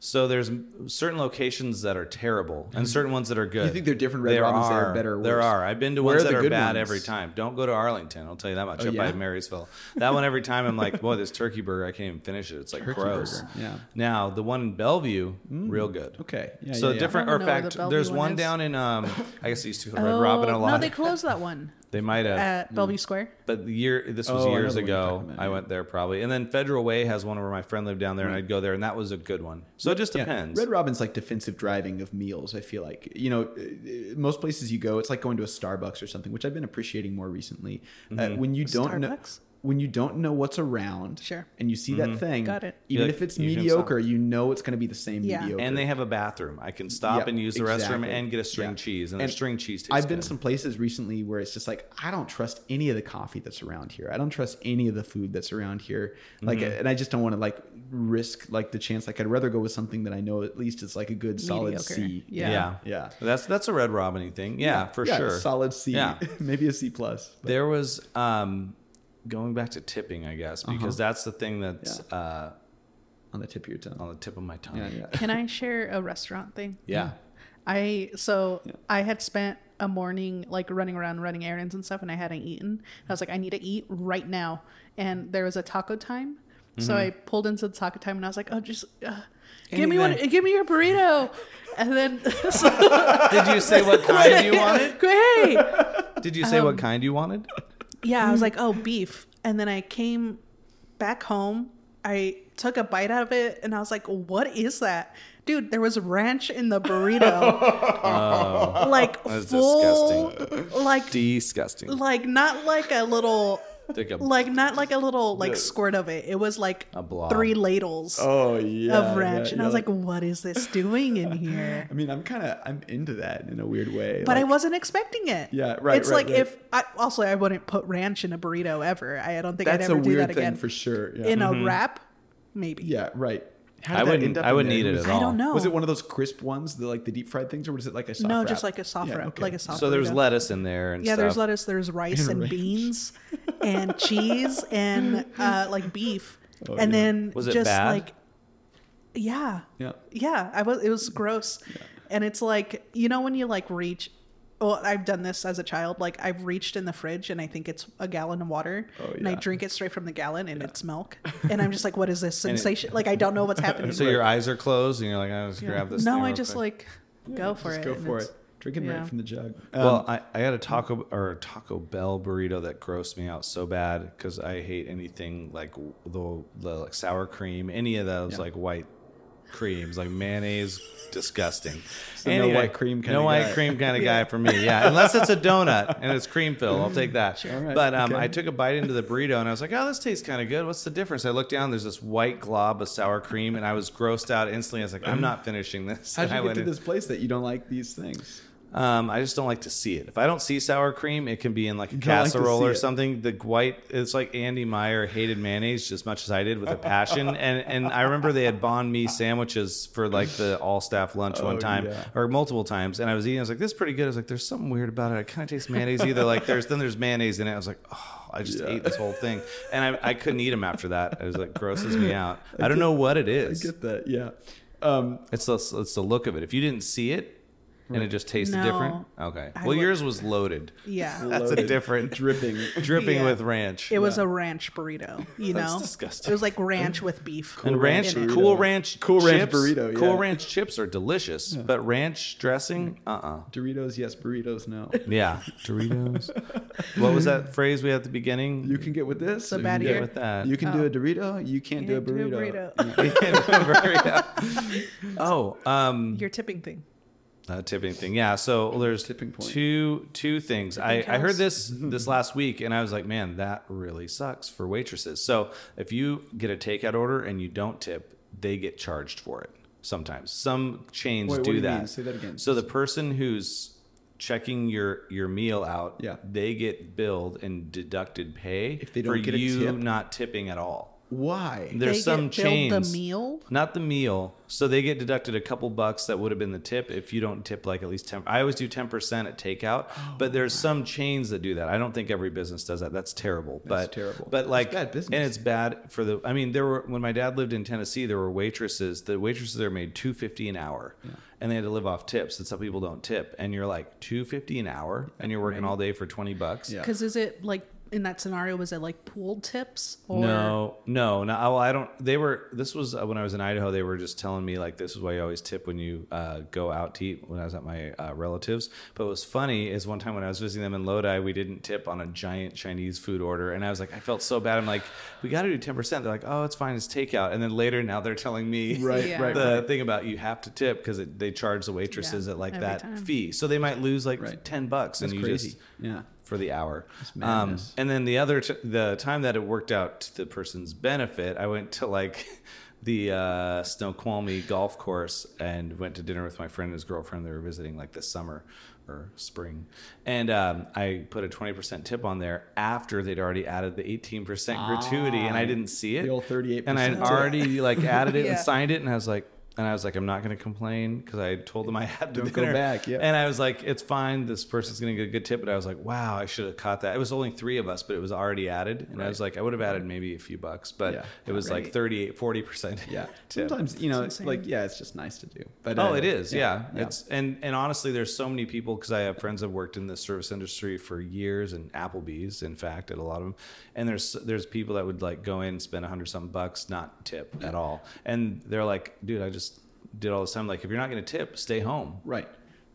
So there's m- certain locations that are terrible and certain ones that are good.
Mm-hmm. You think they're different Red
There
Robins that are better or
There
worse?
are. I've been to
Where
ones
are
that
the
are
good
bad
ones?
every time. Don't go to Arlington. I'll tell you that much.
Oh,
Up
yeah?
by Marysville. That one every time I'm like, boy, this turkey burger, I can't even finish it. It's like
Turkey
gross.
burger, yeah.
Now the one in Bellevue, real good.
Okay. Yeah,
so
yeah, yeah.
different.
I
Or
don't
in
know where the
fact,
Bellevue
there's
one
one
is.
down in. Um, I guess they used to go to Red Robin a
Oh,
lot.
No, they closed that one
They might have.
at Bellevue Square.
But the year this was
Oh, I know
years
the one you're talking
ago.
about,
I
yeah.
went there probably, and then Federal Way has one where my friend lived down there, and I'd go there, and that was a good one. So it just
Yeah.
depends.
Red Robin's like defensive driving of meals. I feel like you know, uh, most places you go, it's like going to a Starbucks or something, which I've been appreciating more recently.
Mm-hmm.
Uh, when you don't know.
Starbucks?
When you don't know what's around,
Sure.
and you see that thing,
Got it.
even
You're
if
like,
it's
Mm-hmm. you can
mediocre, you know it's going to be the same
Yeah.
mediocre.
and they have a bathroom. I can stop
Yep,
and use the restroom
exactly.
and get a string
Yeah.
cheese, and, the
And
string cheese. Tastes
I've been
good.
some places recently where it's just like I don't trust any of the coffee that's around here. I don't trust any of the food that's around here. Like,
Mm-hmm.
and I just don't want to like risk like the chance. Like, I'd rather go with something that I know at least is like a good solid
Mediocre.
C.
Yeah.
yeah,
Yeah.
That's that's a Red Robin thing. Yeah, for
Yeah,
sure.
Solid C.
Yeah.
Maybe a C plus.
There was um, going back to tipping, I guess,
Uh-huh.
because that's the thing that's uh,
on the tip of your tongue.
on the tip of my tongue.
Yeah, yeah.
Can I share a restaurant thing?
Yeah.
I so
Yeah.
I had spent a morning like running around running errands and stuff and I hadn't eaten. I was like I need to eat right now. And there was a taco time. So
Mm-hmm.
I pulled into the taco time and I was like, "Oh, just uh, give me one
Anything.
give me your burrito." And then so,
Did you say what kind you wanted?
Great.
Did you say
Um,
what kind you wanted?
Yeah, I
Mm.
was like, "Oh, beef." And then I came back home. I took a bite out of it and I was like, "What is that?" Dude, there was ranch in the burrito.
Oh.
like
that's
full like
Disgusting.
like not like a little
Like a-
like not like a little like squirt of it. It was like
A blob.
three ladles
Oh yeah.
of ranch,
yeah,
and I was
yeah.
like, "What is this doing in here?"
I mean, I'm kind of I'm into that in a weird way.
But I
like,
wasn't expecting it.
Yeah, right,
It's
right,
like
right.
if I also I wouldn't put ranch in a burrito ever. I don't think I'd
that's
ever
a
do
weird
that
thing
again.
for sure. Yeah.
In
Mm-hmm.
a wrap, maybe.
yeah. Right. How did
I
that
wouldn't-
end up
I
in
wouldn't
there?
eat it
Was-
at
I
all.
don't know.
Was it one of those crisp ones, the like the deep fried things, or was it like a soft?
no,
wrap?
just like a soft
Yeah,
wrap,
okay.
like a soft.
So there's
burrito.
lettuce in there and
Yeah,
stuff.
there's lettuce. There's rice and
ranch.
beans, and cheese and uh, like beef, and
Oh, yeah.
then
Was it
just
bad?
like, yeah,
Yeah.
yeah. I was. It was gross, and it's like you know when you like reach. Well, I've done this as a child. Like I've reached in the fridge and I think it's a gallon of water,
Oh,
and I
yeah.
drink it straight from the gallon, and it's milk, and I'm just like, what is this sensation? like I don't know what's happening.
So your eyes are closed, and you're like, I just grab this.
no,
thing
I
real
just
quick.
like go for
Just
it.
go
and
for
it's-
it. Drinking
yeah.
right from the jug. Um,
Well, I, I had a Taco or a Taco Bell burrito that grossed me out so bad because I hate anything like w- the, the like sour cream, any of those
Yeah.
like white creams, like mayonnaise, disgusting.
So no white cream kinda
no white
guy.
cream kind of guy for me. Yeah, unless it's a donut and it's cream filled, I'll take that.
All right,
But um,
okay.
I took a bite into the burrito and I was like, oh, this tastes kind of good. What's the difference? I looked down, there's this white glob of sour cream, and I was grossed out instantly. I was like, I'm not finishing this.
Mm. How'd
And I
you get
went
to
in-
this place that you don't like these things?
um, I just don't like to see it. If I don't see sour cream, it can be in like a
don't like to
casserole
see
or
it.
something. The white, it's like Andy Meyer hated mayonnaise just as much as I did with a passion. and and I remember they had banh mi sandwiches for like the all staff lunch one
Oh,
time
yeah.
or multiple times. And I was eating, I was like, this is pretty good. I was like, there's something weird about it. I kind of taste mayonnaise either. Like there's then there's mayonnaise in it. I was like, oh, I just
Yeah.
ate this whole thing, and I, I couldn't eat them after that. It was like grosses me out. I, don't know what it
I
is.
get that. Yeah. Um,
It's the it's the look of it. If you didn't see it, and it just tasted
No.
different. Okay.
I
Well,
would-
yours was loaded,
Yeah.
That's a
loaded,
different-
dripping.
dripping
Yeah.
with ranch.
It was a ranch burrito, you
That's
know.
disgusting.
It was like ranch with beef.
and ranch,
in it.
cool ranch,
Cool ranch
chips,
burrito, yeah.
Cool ranch chips are delicious, but ranch dressing, uh, uh
Doritos, yes. Burritos, no.
yeah. Doritos. what was that phrase we had at the beginning?
You can get with this. or
So
you
bad Oh.
can
get
here.
with that.
You can do a Dorito. You can't do a
Yeah,
burrito.
burrito.
oh, um,
Your tipping thing.
Uh, tipping thing, yeah. So there's
Tipping point. Mm-hmm.
two two things. I, I heard
counts.
this this last week, and I was like, man, that really sucks for waitresses. So if you get a takeout order and you don't tip, they get charged for it. Sometimes some chains
Wait, what
do
do you
that.
mean? Say that again.
So the person who's checking your your meal out,
Yeah.
they get billed and deducted pay
If they
for
don't get a
you
tip.
not tipping at all.
Why?
There's
They
some
get billed
chains.
The meal.
Not the meal. So they get deducted a couple bucks that would have been the tip if you don't tip like at least 10. I always do 10% at takeout,
Oh
but there's some chains that do that. I don't think every business does that. That's terrible.
That's
but
terrible.
But like
bad business.
and it's bad for the I mean there were when my dad lived in Tennessee, there were waitresses. The waitresses there made 250 an hour. And they had to live off tips, and some people don't tip. And you're like 250 an hour and you're working all day for 20 bucks.
Yeah.
Because is it like in that scenario was it like pooled tips or
No, no, no. Well, I don't. They were. This was uh, when I was in Idaho. They were just telling me like, this is why you always tip when you uh, go out to eat. When I was at my uh, relatives, but what was funny is one time when I was visiting them in Lodi, we didn't tip on a giant Chinese food order, and I was like, I felt so bad. I'm like, we got to do ten percent. They're like, oh, it's fine, it's takeout. And then later now they're telling me
Right,
Yeah.
right,
the
right.
thing about you have to tip because they charge the waitresses
Yeah,
at like
every
that
time.
fee, so they might lose like
Right.
ten bucks,
That's
and you
crazy.
just
yeah.
for the hour. Um,
madness.
and then the other t- the time that it worked out to the person's benefit, I went to like the uh, Snoqualmie golf course and went to dinner with my friend and his girlfriend. They were visiting like this summer or spring, and um, I put a twenty percent tip on there after they'd already added the eighteen percent gratuity, and I didn't see it.
Ah, The old 38%
and I'd
tip.
already like added it
Yeah.
and signed it, and I was like. And I was like, I'm not going to complain because I told them I had to
Don't go
dinner.
back, yeah.
And and I was like, it's fine. This person's going to get a good tip. But I was like, wow, I should have caught that. It was only three of us, but it was already added. And I was like, I would have added maybe a few bucks, but
Yeah.
it was like
Right.
38, 40%
Yeah.
tip.
Sometimes, you know,
It's insane.
like, yeah, it's just nice to do. But,
Oh,
uh,
it is. Yeah.
yeah.
It's and and honestly, there's so many people because I have friends that worked in the service industry for years and Applebee's, in fact, at a lot of them. And there's there's people that would like go in, spend a hundred some bucks, not tip at all, and they're like, dude, I just did all this time. Like, if you're not going to tip, stay home.
Right.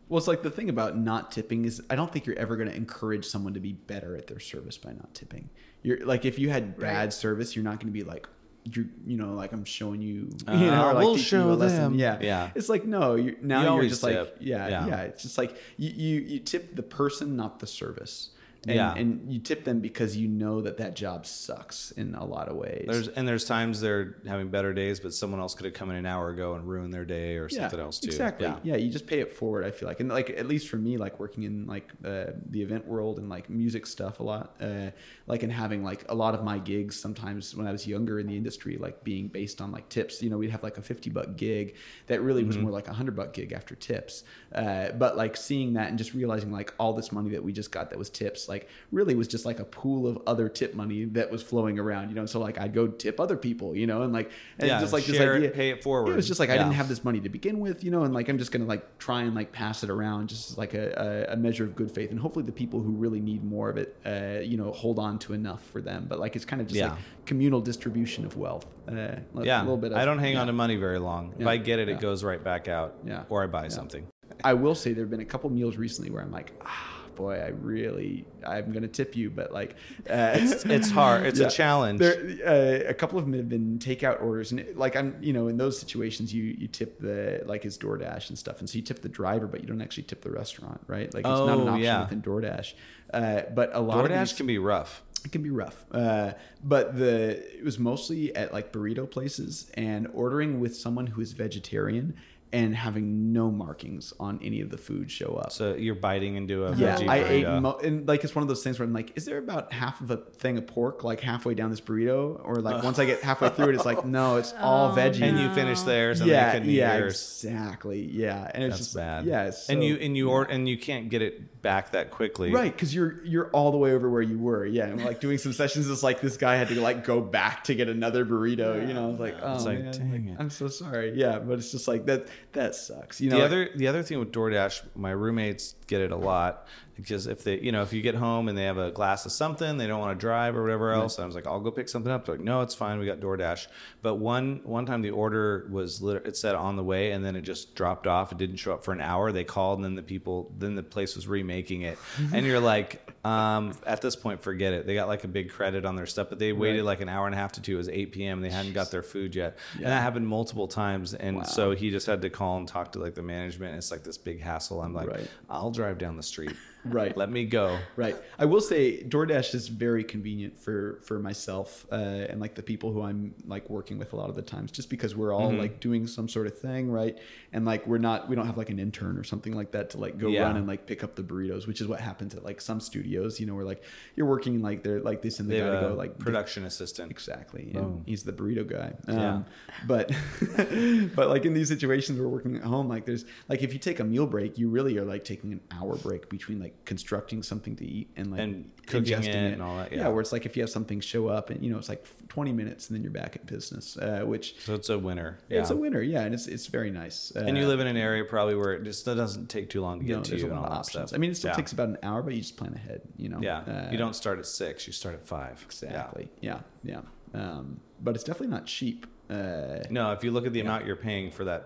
Well, it's like the thing about not tipping is I don't think you're ever going to encourage someone to be better at their service by not tipping. You're like if you had bad
Right.
service, you're not going to be like you you know like I'm showing you,
Uh,
you know, or, like
we'll
teaching you a
show
lesson.
them.
Yeah,
Yeah.
It's like no, you now
You
you are
always
just like
tip.
yeah, yeah,
Yeah.
It's just like you you you tip the person, not the service. And,
Yeah.
and you tip them because you know that that job sucks in a lot of ways.
There's and there's times they're having better days, but someone else could have come in an hour ago and ruined their day or something else too.
Exactly. Yeah.
Yeah.
you just pay it forward. I feel like, and like at least for me, like working in like uh, the event world and like music stuff a lot, uh, like and having like a lot of my gigs sometimes when I was younger in the industry, like being based on like tips. You know, we'd have like a fifty buck gig that really
Mm-hmm.
was more like a hundred buck gig after tips. Uh, but like seeing that and just realizing like all this money that we just got that was tips, like really was just like a pool of other tip money that was flowing around. You know, so like I'd go tip other people. You know, and like and
Yeah,
just like this
share it,
idea,
pay it forward.
It was just like I
Yeah.
didn't have this money to begin with, you know, and like I'm just gonna like try and like pass it around, just as like a, a, a measure of good faith, and hopefully the people who really need more of it, uh, you know, hold on to enough for them. But like it's kind of just
Yeah.
like communal distribution of wealth. Uh, like,
Yeah.
a little bit. Of,
I don't hang on to
yeah.
money very long. If
Yeah.
I get it,
Yeah.
it goes right back out.
Yeah.
Or I buy
Yeah.
something.
I will say there have been a couple meals recently where I'm like, ah, boy, I really, I'm gonna tip you, but like, uh,
It's, it's hard. It's
Yeah.
a challenge.
There, uh, a couple of them have been takeout orders, and it- like I'm, you know, in those situations, you you tip the like his DoorDash and stuff, and so you tip the driver, but you don't actually tip the restaurant, right? Like it's not an
Oh,
option
yeah.
within DoorDash. Uh, but a lot of
DoorDash
these-
can be rough.
it can be rough. Uh, but the it was mostly at like burrito places and ordering with someone who is vegetarian and having no markings on any of the food show up.
So you're biting into a
Yeah,
veggie
I ate
burrito.
mo- and like it's one of those things where I'm like, is there about half of a thing of pork like halfway down this burrito, or like once I get halfway through it, it's like no, it's all
Oh,
veggie.
and you
No.
finish theirs and
yeah,
they couldn't
yeah,
eat yours.
exactly, yeah, and it's
That's
just
bad.
Yeah, it's
and
so-
you and you or, and you can't get it back that quickly.
right because you're you're all the way over where you were. Yeah, and like doing some sessions, it's like this guy had to like go back to get another burrito. You know, I was like, oh
It's like,
man, like,
dang it.
I'm so sorry. Yeah, but it's just like that that sucks. You know,
the
like-
other the other thing with DoorDash, my roommates get it a lot because if they you know if you get home and they have a glass of something they don't want to drive or whatever else, I was like I'll go pick something up. They're like no, it's fine, we got DoorDash. But one one time the order was lit- it said on the way and then it just dropped off. It didn't show up for an hour. They called and then the people then the place was remaking it,
Mm-hmm.
and you're like um, at this point forget it. They got like a big credit on their stuff, but they waited like an hour and a half to two. It was eight p.m. They hadn't got their food yet, and that happened multiple times. And
Wow.
so he just had to call and talk to like the management. It's like this big hassle. I'm like,
Right.
I'll drive down the street.
Right.
Let me go.
Right. I will say DoorDash is very convenient for for myself uh, and like the people who I'm like working with a lot of the times, just because we're
Mm-hmm.
all like doing some sort of thing, right? And like we're not we don't have like an intern or something like that to like go
Yeah.
run and like pick up the burritos, which is what happens at like some studios. You know, where like you're working like they're like they send the
They
guy
have
to
a
go like
production assistant.
Exactly. And he's the burrito guy. Um,
Yeah.
But but like in these situations, we're working at home. Like there's like if you take a meal break, you really are like taking an hour break between like like constructing something to eat and like
And cooking
ingesting
it and all that, yeah.
where it's like if you have something show up and you know it's like 20 minutes and then you're back at business, uh, which
So it's a winner. Yeah.
it's a winner. Yeah, and it's it's very nice. Uh,
and you live in an area probably where it just doesn't take too long to get
no,
to
there's
you
a
and
lot
all
of
that
options.
stuff.
I mean, it still
Yeah.
takes about an hour, but you just plan ahead. You know.
Yeah, you
Uh,
don't start at six; you start at five.
Exactly. Yeah. Yeah. Um, but it's definitely not cheap. Uh,
Yeah. No, if you look at the amount you're paying for that,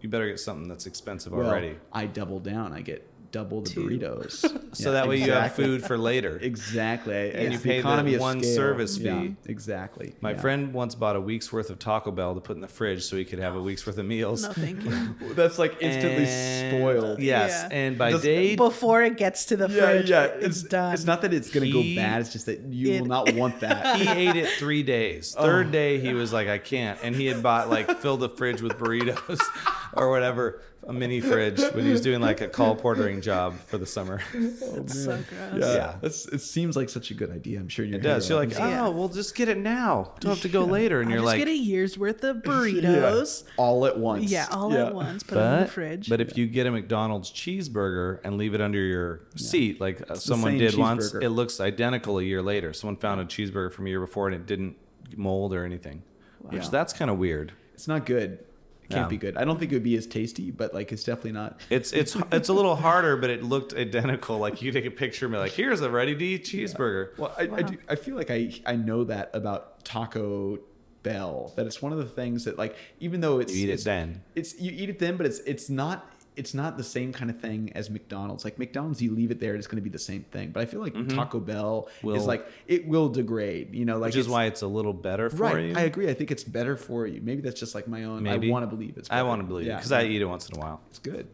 you better get something that's expensive
well,
already.
I double down. I get double the
Two.
burritos.
So
Yeah,
that way you have
exactly.
food for later.
Exactly.
And
it's
you
the
pay the
economy of
one
scale.
service
Yeah,
fee.
exactly.
My
Yeah.
friend once bought a week's worth of Taco Bell to put in the fridge so he could have a week's worth of meals.
No, thank you.
That's like instantly
And-
spoiled.
Yes,
Yeah.
and by
Does-
day
Before it gets to the
Yeah,
fridge,
yeah.
it's, done.
It's not that it's going to
He-
go bad. It's just that you
it-
will not want that.
he ate it three days.
Oh.
Third day, he was like, I can't. And he had bought, like, filled the fridge with burritos or whatever, a mini fridge when he was doing, like, a call portering job for the summer.
It's so gross.
yeah,
Oh, Yeah.
That's, it seems like such a good idea. I'm sure you
It does. You're like,
"Ah,
oh,
Yeah.
well, just get it now. Don't have to go later. And
I'll
you're
just
like,
get a year's worth of
"Ah,
burritos.
all at once.
Yeah, all
Yeah.
at once. Put them in
but,
the fridge.
but if you get a McDonald's cheeseburger and leave it under your seat, like uh, someone
same
did once,
cheeseburger.
it looks identical a year later. Someone found a cheeseburger from a year before and it didn't mold or anything, which
Yeah.
that's kind of weird.
It's not good. It can't
No.
be good. I don't think it would be as tasty, but like it's definitely not.
It's it's it's a little harder, but it looked identical. Like you take a picture and be like, "Here's a ready-to-eat cheeseburger."
Well, I, I, do, I feel like I, I know that about Taco Bell. That it's one of the things that like even though it's
You eat it
it's-
then.
it's you eat it then, but it's it's not it's not the same kind of thing as McDonald's. Like McDonald's, you leave it there, and it's going to be the same thing. But I feel like Taco Bell
Mm-hmm. Will-
is like it will degrade. You know, like
Which is
it's-
why it's a little better for
Right,
you.
I agree. I think it's better for you. Maybe that's just like my own.
Maybe.
I want to believe it's.
I
better.
want to believe it
Yeah.
because I eat it once in a while.
It's good.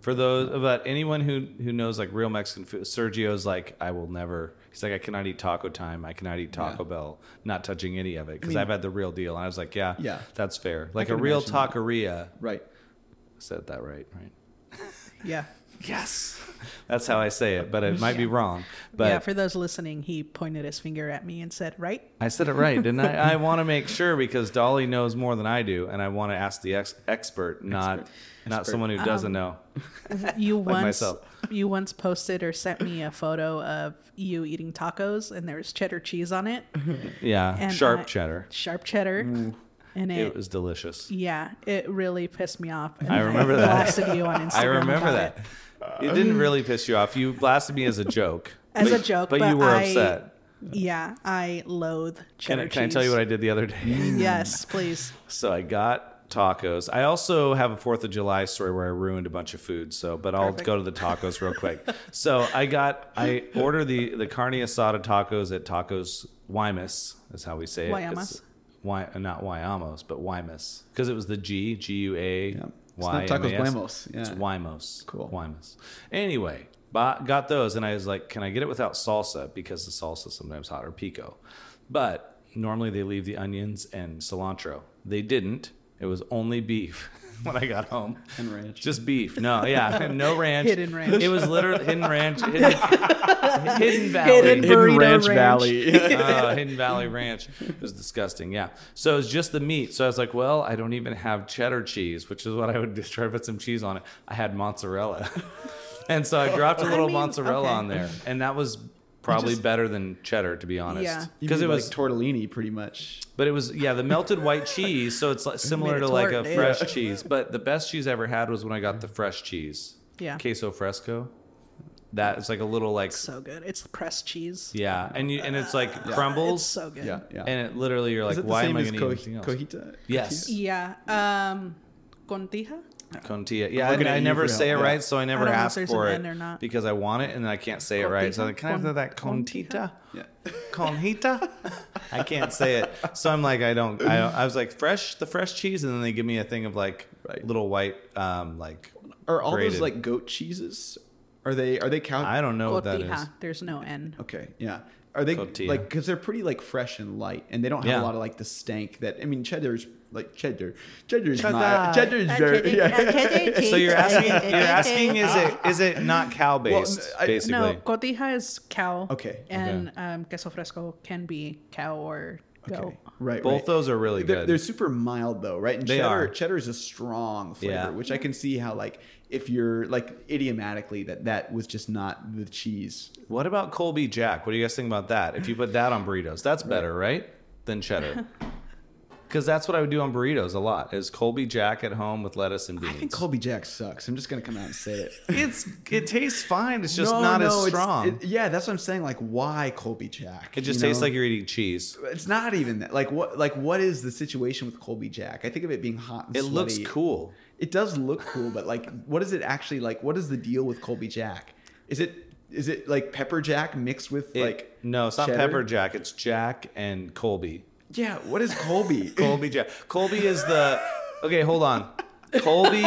For those, but anyone who who knows like real Mexican food, Sergio's like, I will never. He's like, I cannot eat Taco Time. I cannot eat Taco Bell. Not touching any of it because
mean-
I've had the real deal. And I was like, yeah,
Yeah.
that's fair. Like a
can
real
imagine that.
taqueria.
Right.
Said that right, right?
yeah.
Yes, that's how I say it, but it might be wrong. But
yeah, for those listening, he pointed his finger at me and said, right?
I said it right, didn't I? I want to make sure because Dolly knows more than I do, and I want to ask the ex- expert, not not
Expert.
someone who doesn't know.
Mm-hmm. You once
myself.
you once posted or sent me a photo of you eating tacos and there was cheddar cheese on it.
Mm-hmm. Yeah,
And
sharp
I-
cheddar.
Sharp cheddar. And it,
Mm. It was delicious.
yeah, it really pissed me off. And
I remember that.
Blasted you on Instagram.
I remember
about
that.
it.
It didn't really piss you off. You blasted me as a joke,
As a joke,
but, you were
I-
upset.
Yeah, I loathe
Can,
cheddar
I- can I tell you what I did the other day?
Yes, please.
So I got tacos. I also have a Fourth of July story where I ruined a bunch of food. So, but I'll
Perfect.
go to the tacos real quick. So I got I ordered the the carne asada tacos at Tacos Wymas is how we say it.
Guaymas.
Why not Wyamos, but Wymas because it was the G G U A.
Yeah. It's not Tacos Guaymas,
It's
yeah.
Wymos.
Cool.
Wymos. Anyway, bought, got those, and I was like, can I get it without salsa? Because the salsa sometimes hot or pico. But normally they leave the onions and cilantro. They didn't. It was only beef when I got home.
And ranch.
Just beef. No, yeah. No ranch.
Hidden ranch.
It was literally hidden ranch. Hidden, hidden valley.
Hidden Burrito Ranch.
Oh, Hidden Valley Ranch. It was disgusting. Yeah. So it was just the meat. So I was like, well, I don't even have cheddar cheese, which is what I would just try to put some cheese on it. I had mozzarella. and so I dropped a little
mean,
mozzarella
okay.
on there. And that was probably
just-
better than cheddar, to be honest.
Yeah.
You
Because
mean,
it was,
like tortellini, pretty much.
but it was, yeah, the melted white cheese. So it's like, similar
Made
to
a
like a
tort, dude.
fresh cheese. But the best cheese I ever had was when I got the fresh cheese.
Yeah.
Queso fresco. That is like a little like,
So good. It's pressed cheese.
yeah. And you, and it's like
It's
crumbles.
so good.
Yeah, yeah.
And it literally, you're like,
is it the
why
same
am I
as
going to
co-
eat anything else?
cojita?
Yes.
Yeah. Um, contija?
Contilla. Yeah,
looking
I,
at
I
you
never
for
say it
help.
right,
Yeah.
so I never
don't know if
ask
there's
for
an
it
N or not.
because I want it and then I can't say it right. So I
Contija?
kind of have that
Con-
contita,
Yeah.
conjita. I can't say it, so I'm like, I don't. I, don't, I was like fresh, the fresh cheese, and then they give me a thing of like
Right.
little white, um, like
Are all
grated.
those like goat cheeses? Are they are they cow?
I don't know what that is.
Cotija. There's no N.
okay, yeah. Are they like
Cotija.
like because they're pretty like fresh and light, and they don't have
Yeah.
a lot of like the stank that I mean cheddar's like cheddar, cheddar's not
Cheddar.
cheddar's very yeah.
So you're asking, you're asking, is it is it not cow based?
I-
basically,
No, cotija is cow.
Okay.
And Um, queso fresco can be cow or goat.
Okay. Right,
both
right.
those are really
They're,
good.
they're super mild though, right? And
They
cheddar,
are.
cheddar is a strong flavor,
Yeah.
which I can see how like if you're like idiomatically that that was just not the cheese.
What about Colby Jack? What do you guys think about that? If you put that on burritos, that's better, right? Than cheddar. Because that's what I would do on burritos a lot is Colby Jack at home with lettuce and beans.
I think Colby Jack sucks. I'm just gonna come out and say it.
it's it tastes fine. It's just not as
it's-
strong.
it- yeah, that's what I'm saying. Like, why Colby Jack?
it just
you
tastes
know?
like you're eating cheese.
it's not even that. Like what? Like what is the situation with Colby Jack? I think of it being hot. And
It looks
sweaty.
cool.
It does look cool, but like, what is it actually like? What is the deal with Colby Jack? Is it is it like pepper jack mixed with
It-
like
no, it's not
cheddar?
pepper jack. It's Jack and Colby.
Yeah, what is Colby?
Colby Jack. Colby is the. Okay, hold on. Colby,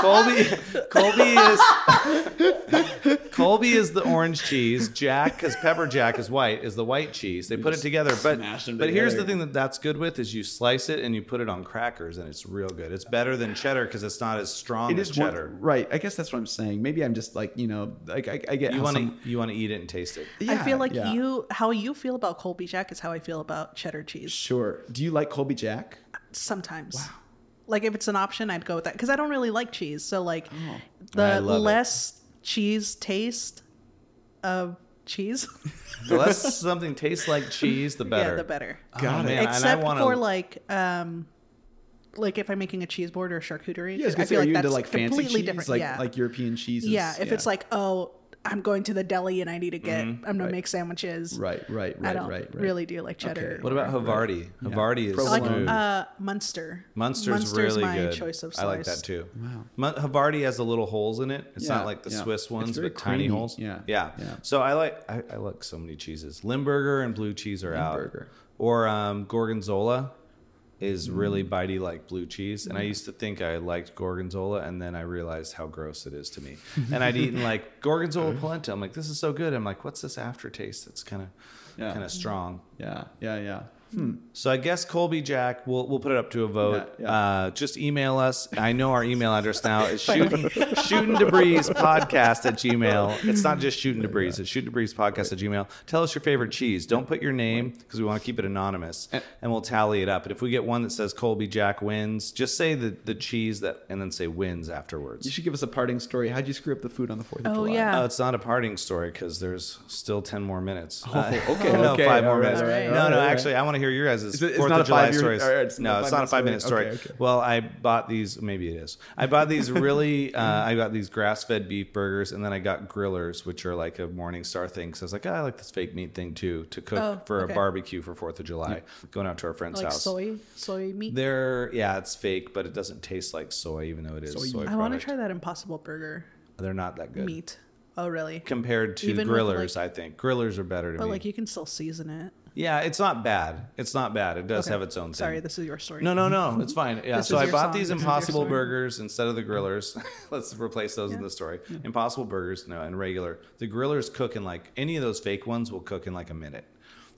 Colby, Colby is Colby is the orange cheese. Jack, because pepper jack is white, is the white cheese. They put it together, but
smash them
but here's the
together.
thing that that's good with is you slice it and you put it on crackers and it's real good. It's better than cheddar because it's not as strong
it
as
is one-
cheddar.
right. I guess that's what I'm saying. Maybe I'm just like you know, like I, I get
you
how
want
some-
to you want to eat it and taste it.
Yeah,
I feel like
yeah.
you, how you feel about Colby Jack is how I feel about cheddar cheese
Sure. Do you like Colby Jack?
sometimes. Like if it's an option, I'd go with that because I don't really like cheese. So like
Oh. I
the
love it.
less cheese taste of cheese,
The less something tastes like cheese, the better. Ah. Oh,
yeah, the better.
Got it.
man. And I
Except
wanna-
for like, um, like if I'm making a cheese board or a charcuterie,
Yeah, I was gonna
I
say,
feel
are
like
you
that's
into like fancy
completely
cheese,
different.
like
yeah,
like European cheeses?
yeah. If it's like, oh, I'm going to the deli and I need to get,
Mm-hmm.
I'm gonna
Right.
make sandwiches.
right, right, right,
I don't
right, right.
really do like cheddar.
Okay.
What about Havarti? Havarti is
I
I like
smooth.
uh, Munster.
Munster's,
Munster's
really
my
good.
choice of
I like
slice.
that too.
Wow.
Mun- Havarti has the little holes in it. It's
Yeah,
not like the
yeah.
Swiss
It's
ones,
very
but tiny
creamy.
holes.
Yeah,
yeah.
yeah.
So I like I, I like so many cheeses. Limburger and blue cheese are
Limburger. Mm.
out. Or um, gorgonzola is really bitey like blue cheese. And I used to think I liked gorgonzola, and then I realized how gross it is to me. and I'd eaten like
Uh-huh.
gorgonzola polenta. I'm like, this is so good. I'm like, what's this aftertaste? That's kind of
Yeah.
kind of strong.
Yeah, yeah, yeah.
So I guess Colby Jack, we'll we'll put it up to a vote.
Yeah, yeah.
Uh, just email us. I know our email address now is shooting shooting debris podcast at gmail. It's not just shooting debris. It's shooting debris podcast at gmail. Tell us your favorite cheese. Don't put your name because we want to keep it anonymous,
Eh.
and we'll tally it up. And if we get one that says Colby Jack wins, just say the the cheese that, and then say wins afterwards.
You should give us a parting story. How'd you screw up the food on the Fourth of
Oh,
July?
yeah.
Oh, it's not a parting story because there's still ten more minutes.
Oh, okay,
no,
okay,
five more
all right,
minutes.
all right,
no,
all
no,
right.
actually, I want to hear your guys'
Is it- it's
Fourth
not
of
a
July
five-year-
stories.
all right, it's
no,
not a
it's not a five-minute
five-minute
story.
story. Okay, okay.
Well, I bought these. Maybe it is. I bought these really. uh, I got these grass-fed beef burgers, and then I got grillers, which are like a Morningstar thing. Because I was like, oh, I like this fake meat thing too to cook
Oh,
for
okay.
a barbecue for Fourth of July, going out to our friend's
like
house.
soy, soy meat.
They're yeah, it's fake, but it doesn't taste like soy, even though it is soy.
meat.
I want to
product.
try that Impossible Burger
They're not that good
meat. Oh, really?
compared to
Even with,
grillers.
like-
I think grillers are better to
But
me.
like, you can still season it.
yeah, it's not bad. It's not bad. It does
Okay.
have its own thing.
Sorry, this is your story.
no, no, no. It's fine. Yeah.
This
so
is
I
your
bought
song.
these
This is your
Impossible
story.
Burgers instead of the grillers. Let's replace those in the story. Impossible Burgers, no, and regular. The grillers cook in like any of those fake ones will cook in like a minute.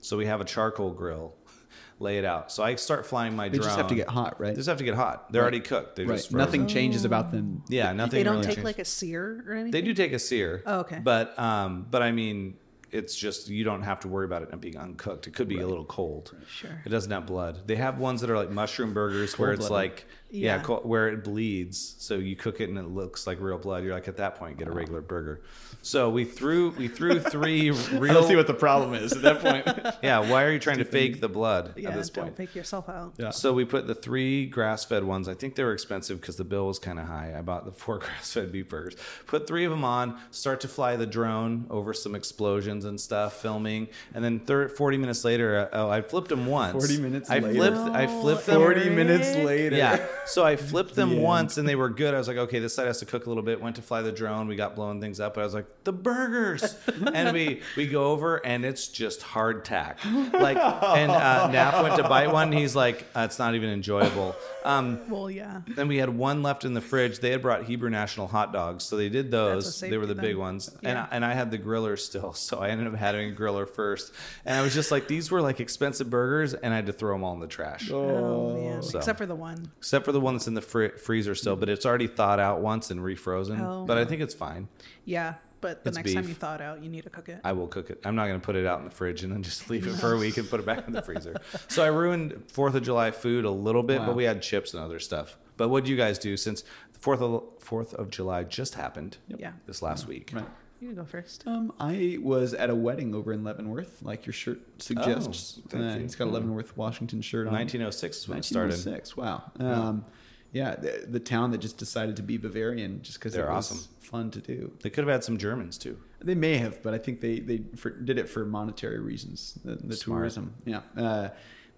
So we have a charcoal grill, lay it out. So I start flying my
They
drone.
just have to get hot,
They
right?
just have to get hot. They're already cooked. They're
Right.
just frozen.
Nothing changes about them.
Yeah, nothing.
they don't
really
take
changes.
like a sear or anything.
They do take a sear.
Oh, okay.
But um, but I mean, it's just you don't have to worry about it being uncooked. It could be a little cold.
Sure.
It doesn't have blood. They have ones that are like mushroom burgers where it's
Cold-blooded.
like yeah,
Yeah.
co- where it bleeds. So you cook it and it looks like real blood. You're like at that point get a regular burger. So we threw we threw three real.
the problem is at that point.
yeah. Why are you trying to fake the blood
Yeah,
at this
don't
point?
fake yourself out.
Yeah.
So we put the three grass-fed ones. I think they were expensive because the bill was kind of high. I bought the four grass-fed beef burgers. Put three of them on. Start to fly the drone over some explosions and stuff, filming. And then thir- 40 minutes later, uh, oh, I flipped them once.
40 minutes
I
later?
Flipped, I flipped them.
40
Eric.
minutes later.
Yeah. So I flipped them
Yeah.
once and they were good. I was like, okay, this side has to cook a little bit. Went to fly the drone. We got blowing things up. I was like, the burgers. and we we go over and it's just hardtack. Like, and uh, Nap went to bite one. He's like, uh, it's not even enjoyable. Um,
Well, yeah.
then we had one left in the fridge. They had brought Hebrew National hot dogs, so they did those.
That's a
They were the
safety
big
then.
ones, and
Yeah.
I, and I had the griller still, so I ended up having a griller first. And I was just like, these were like expensive burgers, and I had to throw them all in the trash,
Oh, man.
So-
Except for the one.
except for the one that's in the fr- freezer still, but it's already thawed out once and refrozen.
Oh.
But I think it's fine.
Yeah, but the
It's
next time
beef.
you thaw it out, you need to cook it.
I will cook it. I'm not going to put it out in the fridge and then just leave it for a week and put it back in the freezer. So I ruined Fourth of July food a little bit,
Wow.
but we had chips and other stuff. But what do you guys do since Fourth of Fourth of July just happened.
Yeah.
This last week.
Right.
You can go first.
Um, I was at a wedding over in Leavenworth, like your shirt suggests.
Oh, thank
Uh,
you.
It's got a Leavenworth, Washington shirt on.
1906 is when it started.
1906. Wow. Um, yeah, the, the town that just decided to be Bavarian just because it
They're
was
awesome.
fun to do.
They could have had some Germans too.
They may have, but I think they they for, did it for monetary reasons. The, the
Smart.
tourism, yeah. Uh,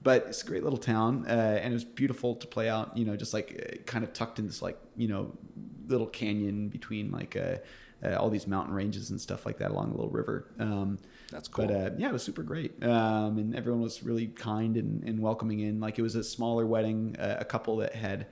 but it's a great little town, uh, and it was beautiful to play out. You know, just like uh, kind of tucked in this like you know little canyon between like uh, uh, all these mountain ranges and stuff like that along a little river. Um,
That's
But
cool.
uh, yeah, it was super great, um, and everyone was really kind and, and welcoming in. Like it was a smaller wedding, uh, a couple that had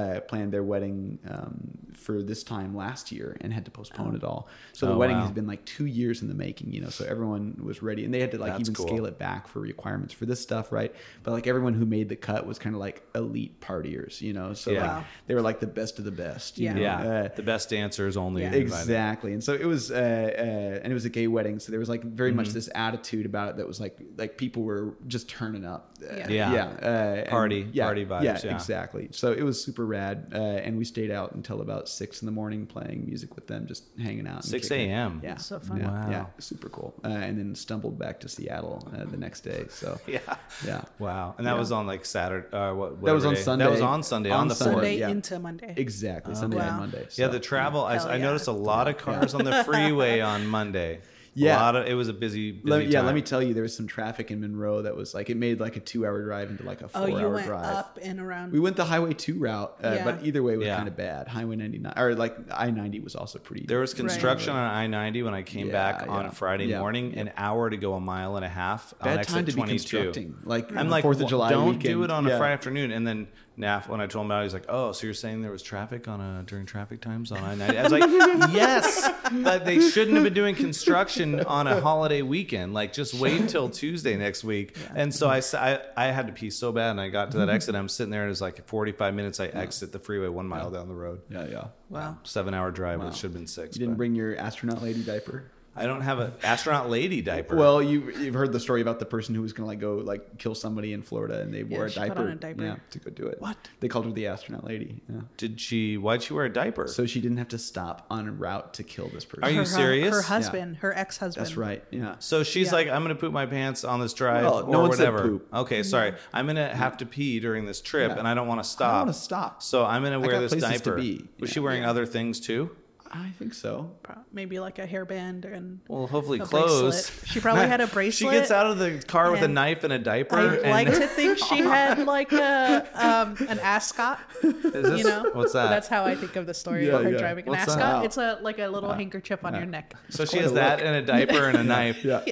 uh, planned their wedding um, for this time last year and had to postpone it all. So the
Oh,
wedding
wow.
has been like two years in the making, you know. So everyone was ready, and they had to like
That's
even
cool.
scale it back for requirements for this stuff, right? But like everyone who made the cut was kind of like elite partiers, you know. So
Yeah.
like they were like the best of the best, you
Yeah.
know?
Yeah.
Uh,
the best dancers only.
Yeah.
invited.
Exactly, and so it was, uh, uh, and it was a gay wedding, so there was like very
Mm-hmm.
much this attitude about it that was like, like people were just turning up, Uh,
Yeah.
Yeah.
yeah, uh,
Party-
and- yeah,
party vibes, yeah.
exactly. So it was super rad, uh, and we stayed out until about six in the morning playing music with them, just hanging out. and
6
kicking it.
a.m.
Yeah,
That's so fun.
Yeah,
Wow.
yeah, super cool. Uh, and then stumbled back to Seattle uh, the next day. So
Yeah.
yeah,
Wow. And that
Yeah.
was on like Saturday. Uh, what?
That was
whatever
on
day.
Sunday.
That was on Sunday. On,
On
the
Sunday.
fourth.
Sunday
yeah.
into Monday.
exactly. Sunday and
Wow.
Monday.
Oh, Yeah,
so-
the travel. I,
Hell
I
yeah.
noticed a lot of cars on the freeway on Monday.
Yeah.
a lot of, it was a busy. busy
Let, yeah,
time.
let me tell you, there was some traffic in Monroe that was like it made like a two-hour drive into like a
Oh,
four-hour
you went
drive.
up and around.
We went the Highway 2 route, uh,
Yeah.
but either way was
Yeah.
kind of bad. Highway 99 or like I 90 was also pretty.
There was construction on I ninety when I came
Yeah,
back on
yeah,
Friday
yeah.
morning. An hour to go a mile and a half uh, on
bad
exit
time to be
22.
constructing. Like on
I'm
the
like,
Fourth of
"Well,
July.
don't do
weekend."
it on a
Yeah.
Friday afternoon. And then Naf, when I told him about it, he's like, oh, so you're saying there was traffic on a during traffic times on I 90? I was like, yes, but they shouldn't have been doing construction on a holiday weekend. Like, just wait till Tuesday next week. And so I, s- I, I had to pee so bad, and I got to
Mm-hmm.
that exit. I'm sitting there, and it's like 45 minutes. I exit the freeway one mile down the road.
Yeah, yeah.
wow.
Seven hour drive,
Wow.
which should have been six.
You didn't
but-
bring your astronaut lady diaper.
I don't have an astronaut lady diaper.
Well, you you've heard the story about the person who was gonna like go like kill somebody in Florida, and they wore a
she put
diaper,
on a diaper.
Yeah, to go do it.
What?
they called her the astronaut lady. Yeah.
did she? Why'd she wear a diaper?
So she didn't have to stop on route to kill this person.
Are you
her,
serious?
Her
Yeah.
husband, her ex-husband.
That's right. Yeah.
So she's
Yeah.
like, I'm gonna poop my pants on this drive
Well,
or
no one said
whatever.
poop. Mm-hmm.
Okay, sorry. I'm gonna have to pee during this trip,
Yeah.
and I don't want to stop.
I don't want to stop.
So I'm gonna wear
got
this
places to
diaper.
be.
Was
Yeah.
she wearing other things too?
I think so.
Pro- Maybe like a hairband and
Well, hopefully
A
clothes.
bracelet. She probably had a
She gets
bracelet
out of the car with a
and-
knife and a diaper.
I
and
like to think she had like a um, an ascot.
Is this-
you know,
what's that?
That's how I think of the story
Yeah,
of her
yeah.
driving an
What's that?
ascot.
Wow.
It's a like a little handkerchief on your neck.
so she
quite
has
a
that and a diaper and a knife.
Yeah.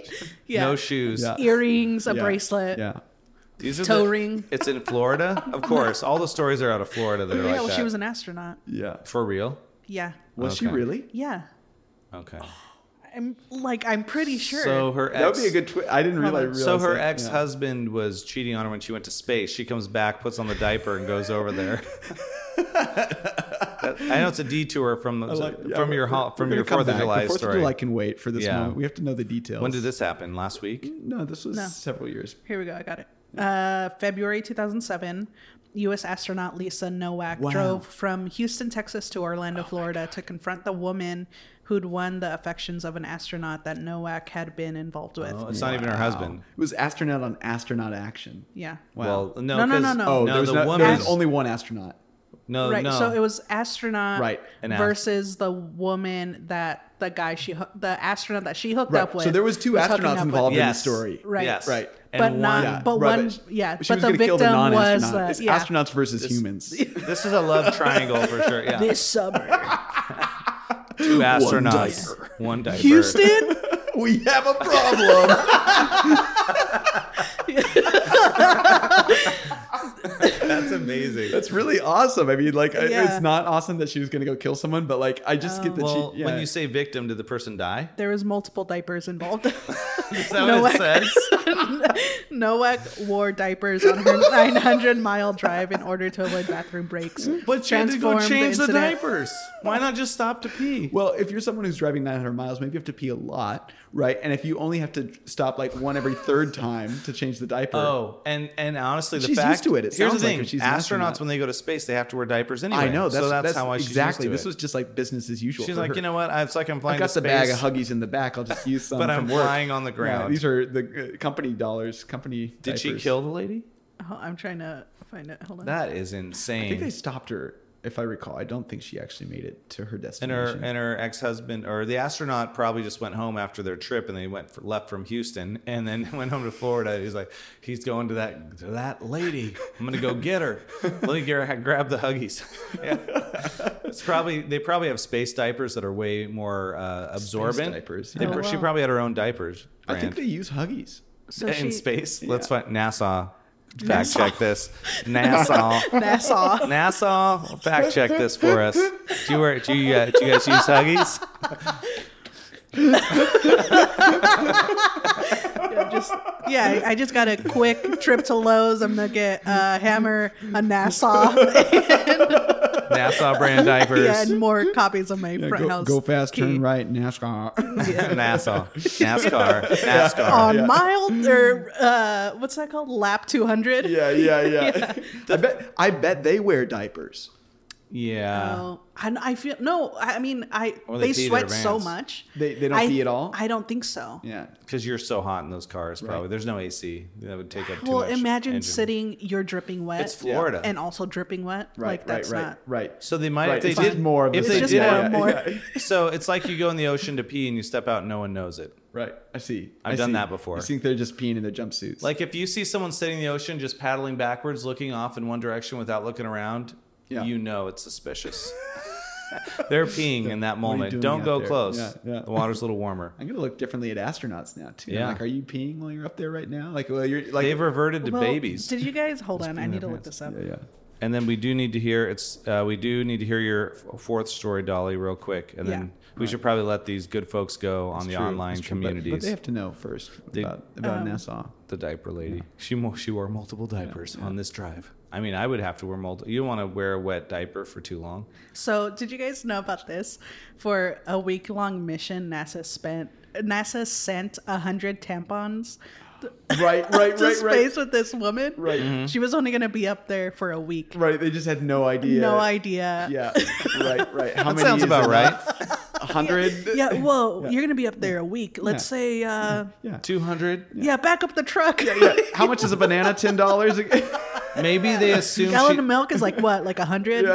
Yeah,
No shoes.
Yeah.
earrings, a
Yeah.
bracelet.
Yeah.
These are
Toe
the-
ring.
It's in Florida, of course. All the stories are out of Florida that are
Oh, Yeah,
like
well,
that.
she was an astronaut.
Yeah.
For real?
Yeah,
Was she
Okay.
really?
yeah.
Okay.
I'm like I'm pretty sure.
So her ex.
That would be a good twist. I didn't really
Hold on.
realize.
So her
that.
ex husband was cheating on her when she went to space. She comes back, puts on the diaper, and goes over there. That- I know it's a detour from the,
Yeah. Like, yeah,
from your
we're-
ho-
we're
from
gonna
your
come
Fourth of
back.
July
The Fourth
story.
of July can wait for this
Yeah.
moment. We have to know the details.
when did this happen? Last week.
No, this was
No.
several years.
Here we go. I got it. Uh, February 2007, U.S. astronaut Lisa Nowak
Wow.
drove from Houston, Texas to
Oh
Orlando, Florida to confront the woman who'd won the affections of an astronaut that Nowak had been involved with.
Oh, it's not even her husband.
It was astronaut on astronaut action.
Yeah.
Wow.
Well, no,
No, no,
'cause-
no, no.
oh,
no.
there was
the
no,
woman.
there was only one astronaut.
no,
right.
Oh, no.
So it was astronaut
Right.
An ast-
versus the woman that the guy she hoo- the astronaut that she hooked
Right.
up with.
So there was two
was hooking
astronauts
up with.
involved in the
Yes.
story.
Right.
Yes.
Right.
And
but
one-
not
Yeah,
but
right,
one yeah,
She
but
was
the
gonna kill the
victim was
non-astronaut.
the,
It's
yeah.
astronauts versus humans.
This is a love triangle for sure. Yeah.
this summer.
Two astronauts,
diaper.
one diaper.
Houston
we have a problem.
That's amazing.
That's really awesome. I mean, like, I-
Yeah.
it's not awesome that she was going to go kill someone, but like, I just get that
Oh, well,
she. Yeah.
when you say victim, did the person die?
There was multiple diapers involved.
Is that
No
what it
way.
says?
Nowak wore diapers on her 900 mile drive in order to avoid bathroom breaks.
But she had to go
Transformed the
change the,
incident.
diapers. Why not just stop to pee?
Well, if you're someone who's driving 900 miles, maybe you have to pee a lot, right? And if you only have to stop like one every third time to change the diaper,
Oh, and and honestly, the
She's
fact
used to it. It
here's the
sounds like
thing:
it. She's used to it.
astronauts when they go to space, they have to wear diapers anyway.
I know. That's,
so that's,
that's
how I she's
exactly.
used to
This
it.
was just like business as usual.
She's
for
like,
her.
you know what? I- It's like I'm flying.
I got
to
the bag of
space,
Huggies in the back. I'll just use some.
but
from
I'm
work.
flying on the ground.
Yeah, these are the uh, company dollars. Company.
Did she
diapers.
kill the lady?
Oh, I'm trying to find it. Hold on.
That is
I think they
insane.
stopped her, if I recall. I don't think she actually made it to her
And
destination.
her and her ex husband or the astronaut probably just went home after their trip, and they went for, left from Houston, and then went home to Florida. He's like, he's going to that to that lady. I'm gonna go get her. Let me get her, grab the huggies. Yeah. It's probably they probably have space diapers that are way more uh, absorbent.
diapers,
They
yeah.
pro-
Oh,
She
wow.
probably had her own diapers.
I
brand.
think they use Huggies.
so
in
she,
space. Let's
Yeah.
find NASA. Fact check this. NASA.
Nassau.
NASA. Fact check this for us. Do you wear? Do you, uh, do you guys use Huggies?
Yeah, just yeah, I I just got a quick trip to Lowe's. I'm gonna get a hammer, a Nassau,
NASA brand
yeah,
diapers.
and more copies of my front
go,
house.
go fast,
key.
turn right, NASCAR.
NASA. NASCAR. NASCAR.
On mile or uh, what's that called? Lap 200.
yeah, yeah, yeah. I bet. I bet they wear diapers.
Yeah.
Oh, and I feel no. I mean, I
Or they
they,
pee their
sweat so
pants.
much.
They- they don't
I-
pee at all?
I don't think so.
Yeah.
Because you're so hot in those cars, probably.
Right.
There's no AC. That would take up too
Well,
much.
imagine
engine.
sitting, you're dripping wet.
It's Florida.
and also dripping wet.
Right.
like that's
right.
not.
Right. Right.
So they might
Right,
if they
it's
did
just more of
if
the
they
same. It's
did
just
it-
more
and more.
so it's like you go in the ocean to pee and you step out and no one knows it.
Right. I see.
I've
I
done
see.
that before.
I think they're just peeing in their jumpsuits.
Like if you see someone sitting in the ocean just paddling backwards, looking off in one direction without looking around,
Yeah.
you know it's suspicious. They're peeing in that
What are you
moment.
doing
Don't
out
go
there?
close.
Yeah, yeah.
The water's a little warmer.
I'm gonna look differently at astronauts now too. I'm
Yeah.
Like, are you peeing while you're up there right now? Like, well, you're like
They've reverted to
Well,
babies.
Did you guys hold on?
peeing
I
in
need to
their
look
pants.
this up.
Yeah, yeah.
And then we do need to hear it's uh, we do need to hear your f- fourth story, Dolly, real quick. And then we should probably let these good folks go on
It's
the
true,
online
it's true, but-
communities.
But, they have to know first
They-
about, about
Um,
Nassau.
the diaper lady. She mo- she wore multiple diapers on this drive. I mean, I would have to wear multiple. You don't want to wear a wet diaper for too long.
So, did you guys know about this? For a week long mission, NASA spent NASA sent a hundred tampons
Right, right, right,
to
right,
space with this woman.
right,
Mm-hmm.
She was only going to be up there for a week.
right. They just had no idea.
No idea.
Yeah, right, right. How
That sounds about right.
Hundred.
Yeah, whoa, you're going to be up there a week. Let's
Yeah.
say, uh, yeah.
yeah.
Two hundred.
back up the truck.
yeah. How much is a banana? Ten dollars.
Maybe they assume
Gallon
she-
of milk is like what, like a hundred?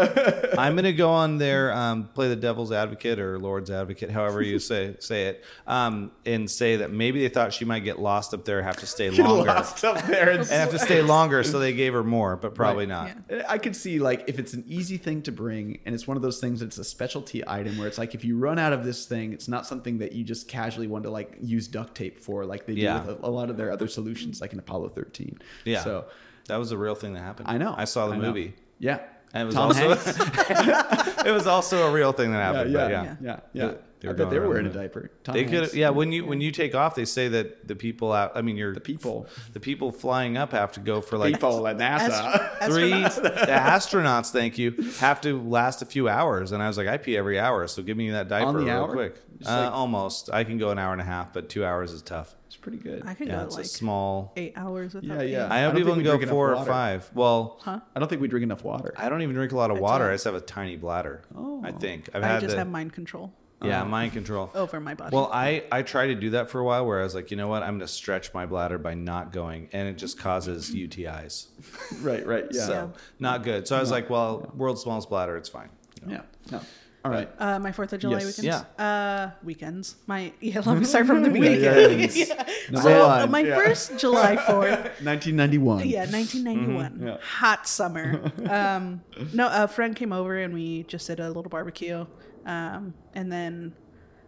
I'm gonna go on there, um, play the devil's advocate or Lord's advocate, however you say say it, um, and say that maybe they thought she might get lost up there, have to stay longer,
Lost up there. And,
and have to stay longer, so they gave her more, but probably
Right.
not.
Yeah.
I could see like if it's an easy thing to bring, and it's one of those things that's a specialty item where it's like if you run out of this thing, it's not something that you just casually want to like use duct tape for, like they
Yeah.
do with a, a lot of their other solutions, like in Apollo 13.
Yeah.
So
That was a real thing that happened.
I know.
I saw the
know.
movie.
Yeah.
And it was
Tom
also
Hanks.
it was also a real thing that
yeah,
happened.
yeah,
but
yeah,
yeah.
yeah, yeah.
They were
I bet
going
they were
around
wearing a
the-
diaper. Tom
They could,
Hanks.
yeah. When you when you take off, they say that the people out. I mean, you're the
people.
the people flying up have to go for like
people at NASA.
Astro-
three
astronauts.
the astronauts thank you have to last a few hours and i was like i pee every hour so give me that diaper
the
real
hour?
quick
Just
uh,
like-
almost i can go an hour and a half but two hours is tough
It's pretty good.
I could
yeah
go
it's
like
a small
eight hours without
Yeah, yeah.
peeing.
i have
I don't
people
think we
can go
drink enough
four or
water.
five well
Huh?
I don't think we drink enough water.
i don't even drink a lot of
I
water
don't.
i just have a tiny bladder
Oh.
i think i've
I
had
just
the-
have Oh. mind control
yeah mind control
over my body.
Well, I I tried to do that for a while, where I was like, you know what, I'm going to stretch my bladder by not going, and it just causes UTIs.
Right, right. Yeah.
So not good. So I was like, well, world's smallest bladder, it's fine.
yeah. No. All right.
Uh, my Fourth of July
Yes.
weekends. Yeah. Uh, weekends. My yeah. Let me start from the beginning.
yeah, yeah.
Yeah.
Number
So uh,
one,
my
yeah.
first July Fourth.
1991.
Yeah, 1991.
yeah.
Hot summer. Um, no, a friend came over and we just did a little barbecue, um, and then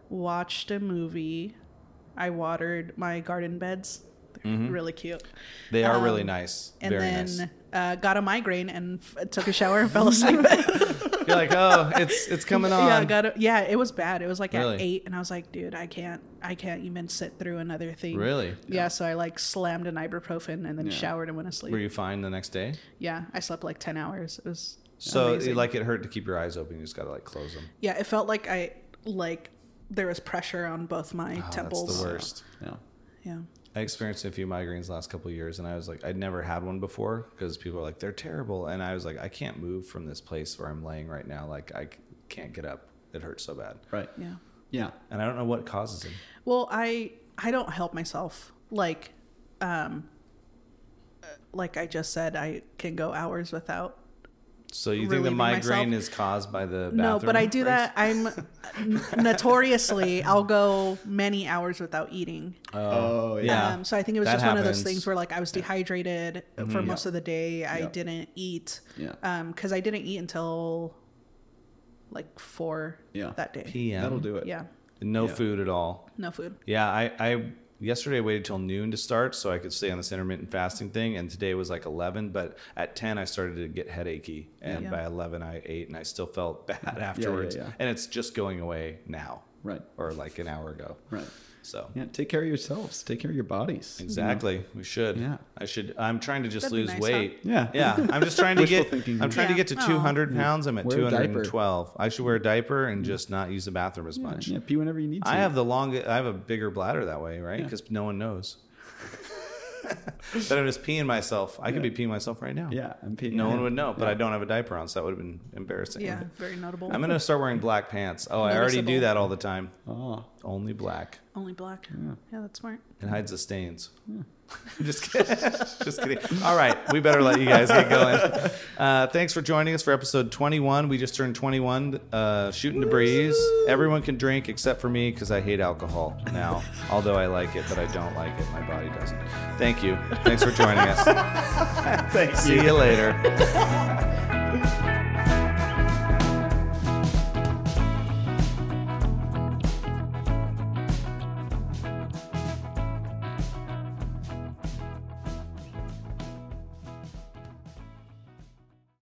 watched a movie. I watered my garden beds. They're
Mm-hmm.
really cute.
They are
Um,
really nice.
And
Very
then
nice.
uh, got a migraine and f- took a shower and fell asleep.
You're like, oh, it's it's coming on.
Yeah, got it. Yeah, it was bad. It was like
Really?
at eight, and I was like, dude, I can't, I can't even sit through another thing.
Really?
Yeah. So I like slammed an ibuprofen and then showered and went to sleep.
Were you fine the next day?
yeah, I slept like ten hours. It was
So
amazing.
like it hurt to keep your eyes open. You just got to like close them. Oh,
yeah, it felt like I like there was pressure on both my
Oh,
temples.
That's the worst.
Yeah.
Yeah.
I experienced a few migraines last couple of years, and I was like, I'd never had one before because people are like, they're terrible, and I was like, I can't move from this place where I'm laying right now. Like, I c- can't get up. It hurts so bad,
Right.
Yeah.
Yeah.
and I don't know what causes them.
Well, I I don't help myself. Like um uh, like I just said I can go hours without
So you think the
Relieving
migraine
myself.
is caused by the bathroom?
No, but I do
breaks?
that. I'm n- notoriously I'll go many hours without eating.
Uh,
Oh, yeah.
Um, so I think it was
That
just one of those
happens.
things where like I was dehydrated for most
Yeah.
of the day. I
Yeah.
didn't eat
Yeah.
because I didn't eat until like four
Yeah.
that day.
PM.
That'll do it.
Yeah,
No
Yeah.
food at all.
no food.
Yeah, I, I yesterday I waited till noon to start so I could stay on this intermittent fasting thing, and today was like eleven. But at ten, I started to get headachy, and
Yeah.
by eleven, I ate, and I still felt bad afterwards.
yeah.
And it's just going away now,
Right.
or like an hour ago.
Right.
So
Yeah. Take care of yourselves. Take care of your bodies. you know?
exactly, we should.
Yeah.
I should. I'm trying to just
That'd be
lose
nice,
weight.
huh? Yeah.
yeah. I'm just trying to
Wishful
get.
thinking. Oh.
I'm trying to
Yeah.
get to
Aw.
200 pounds. I'm at
Wear a diaper.
212. I should wear a diaper and just not use the bathroom as much.
Yeah. Pee whenever you need to.
I have the longest. I have a bigger bladder that way, right?
Yeah.
Because no one knows. that I'm just peeing myself. I could
Yeah.
be peeing myself right now.
Yeah. I'm peeing.
No
Yeah.
one would know, but
Yeah.
I don't have a diaper on, so that would have been embarrassing.
Yeah, very notable.
I'm gonna start wearing black pants. Oh, I already do
Noticeable.
that all the time.
Oh.
Only black.
Only black. Yeah. that's smart.
It hides the stains. just kidding. just kidding. All right, we better let you guys get going. Uh, thanks for joining us for episode 21. We just turned 21, uh, shooting the breeze. Everyone can drink except for me because I hate alcohol now. Although I like it, but I don't like it. My body doesn't. Thank you. Thanks for joining us.
Thanks.
See you later.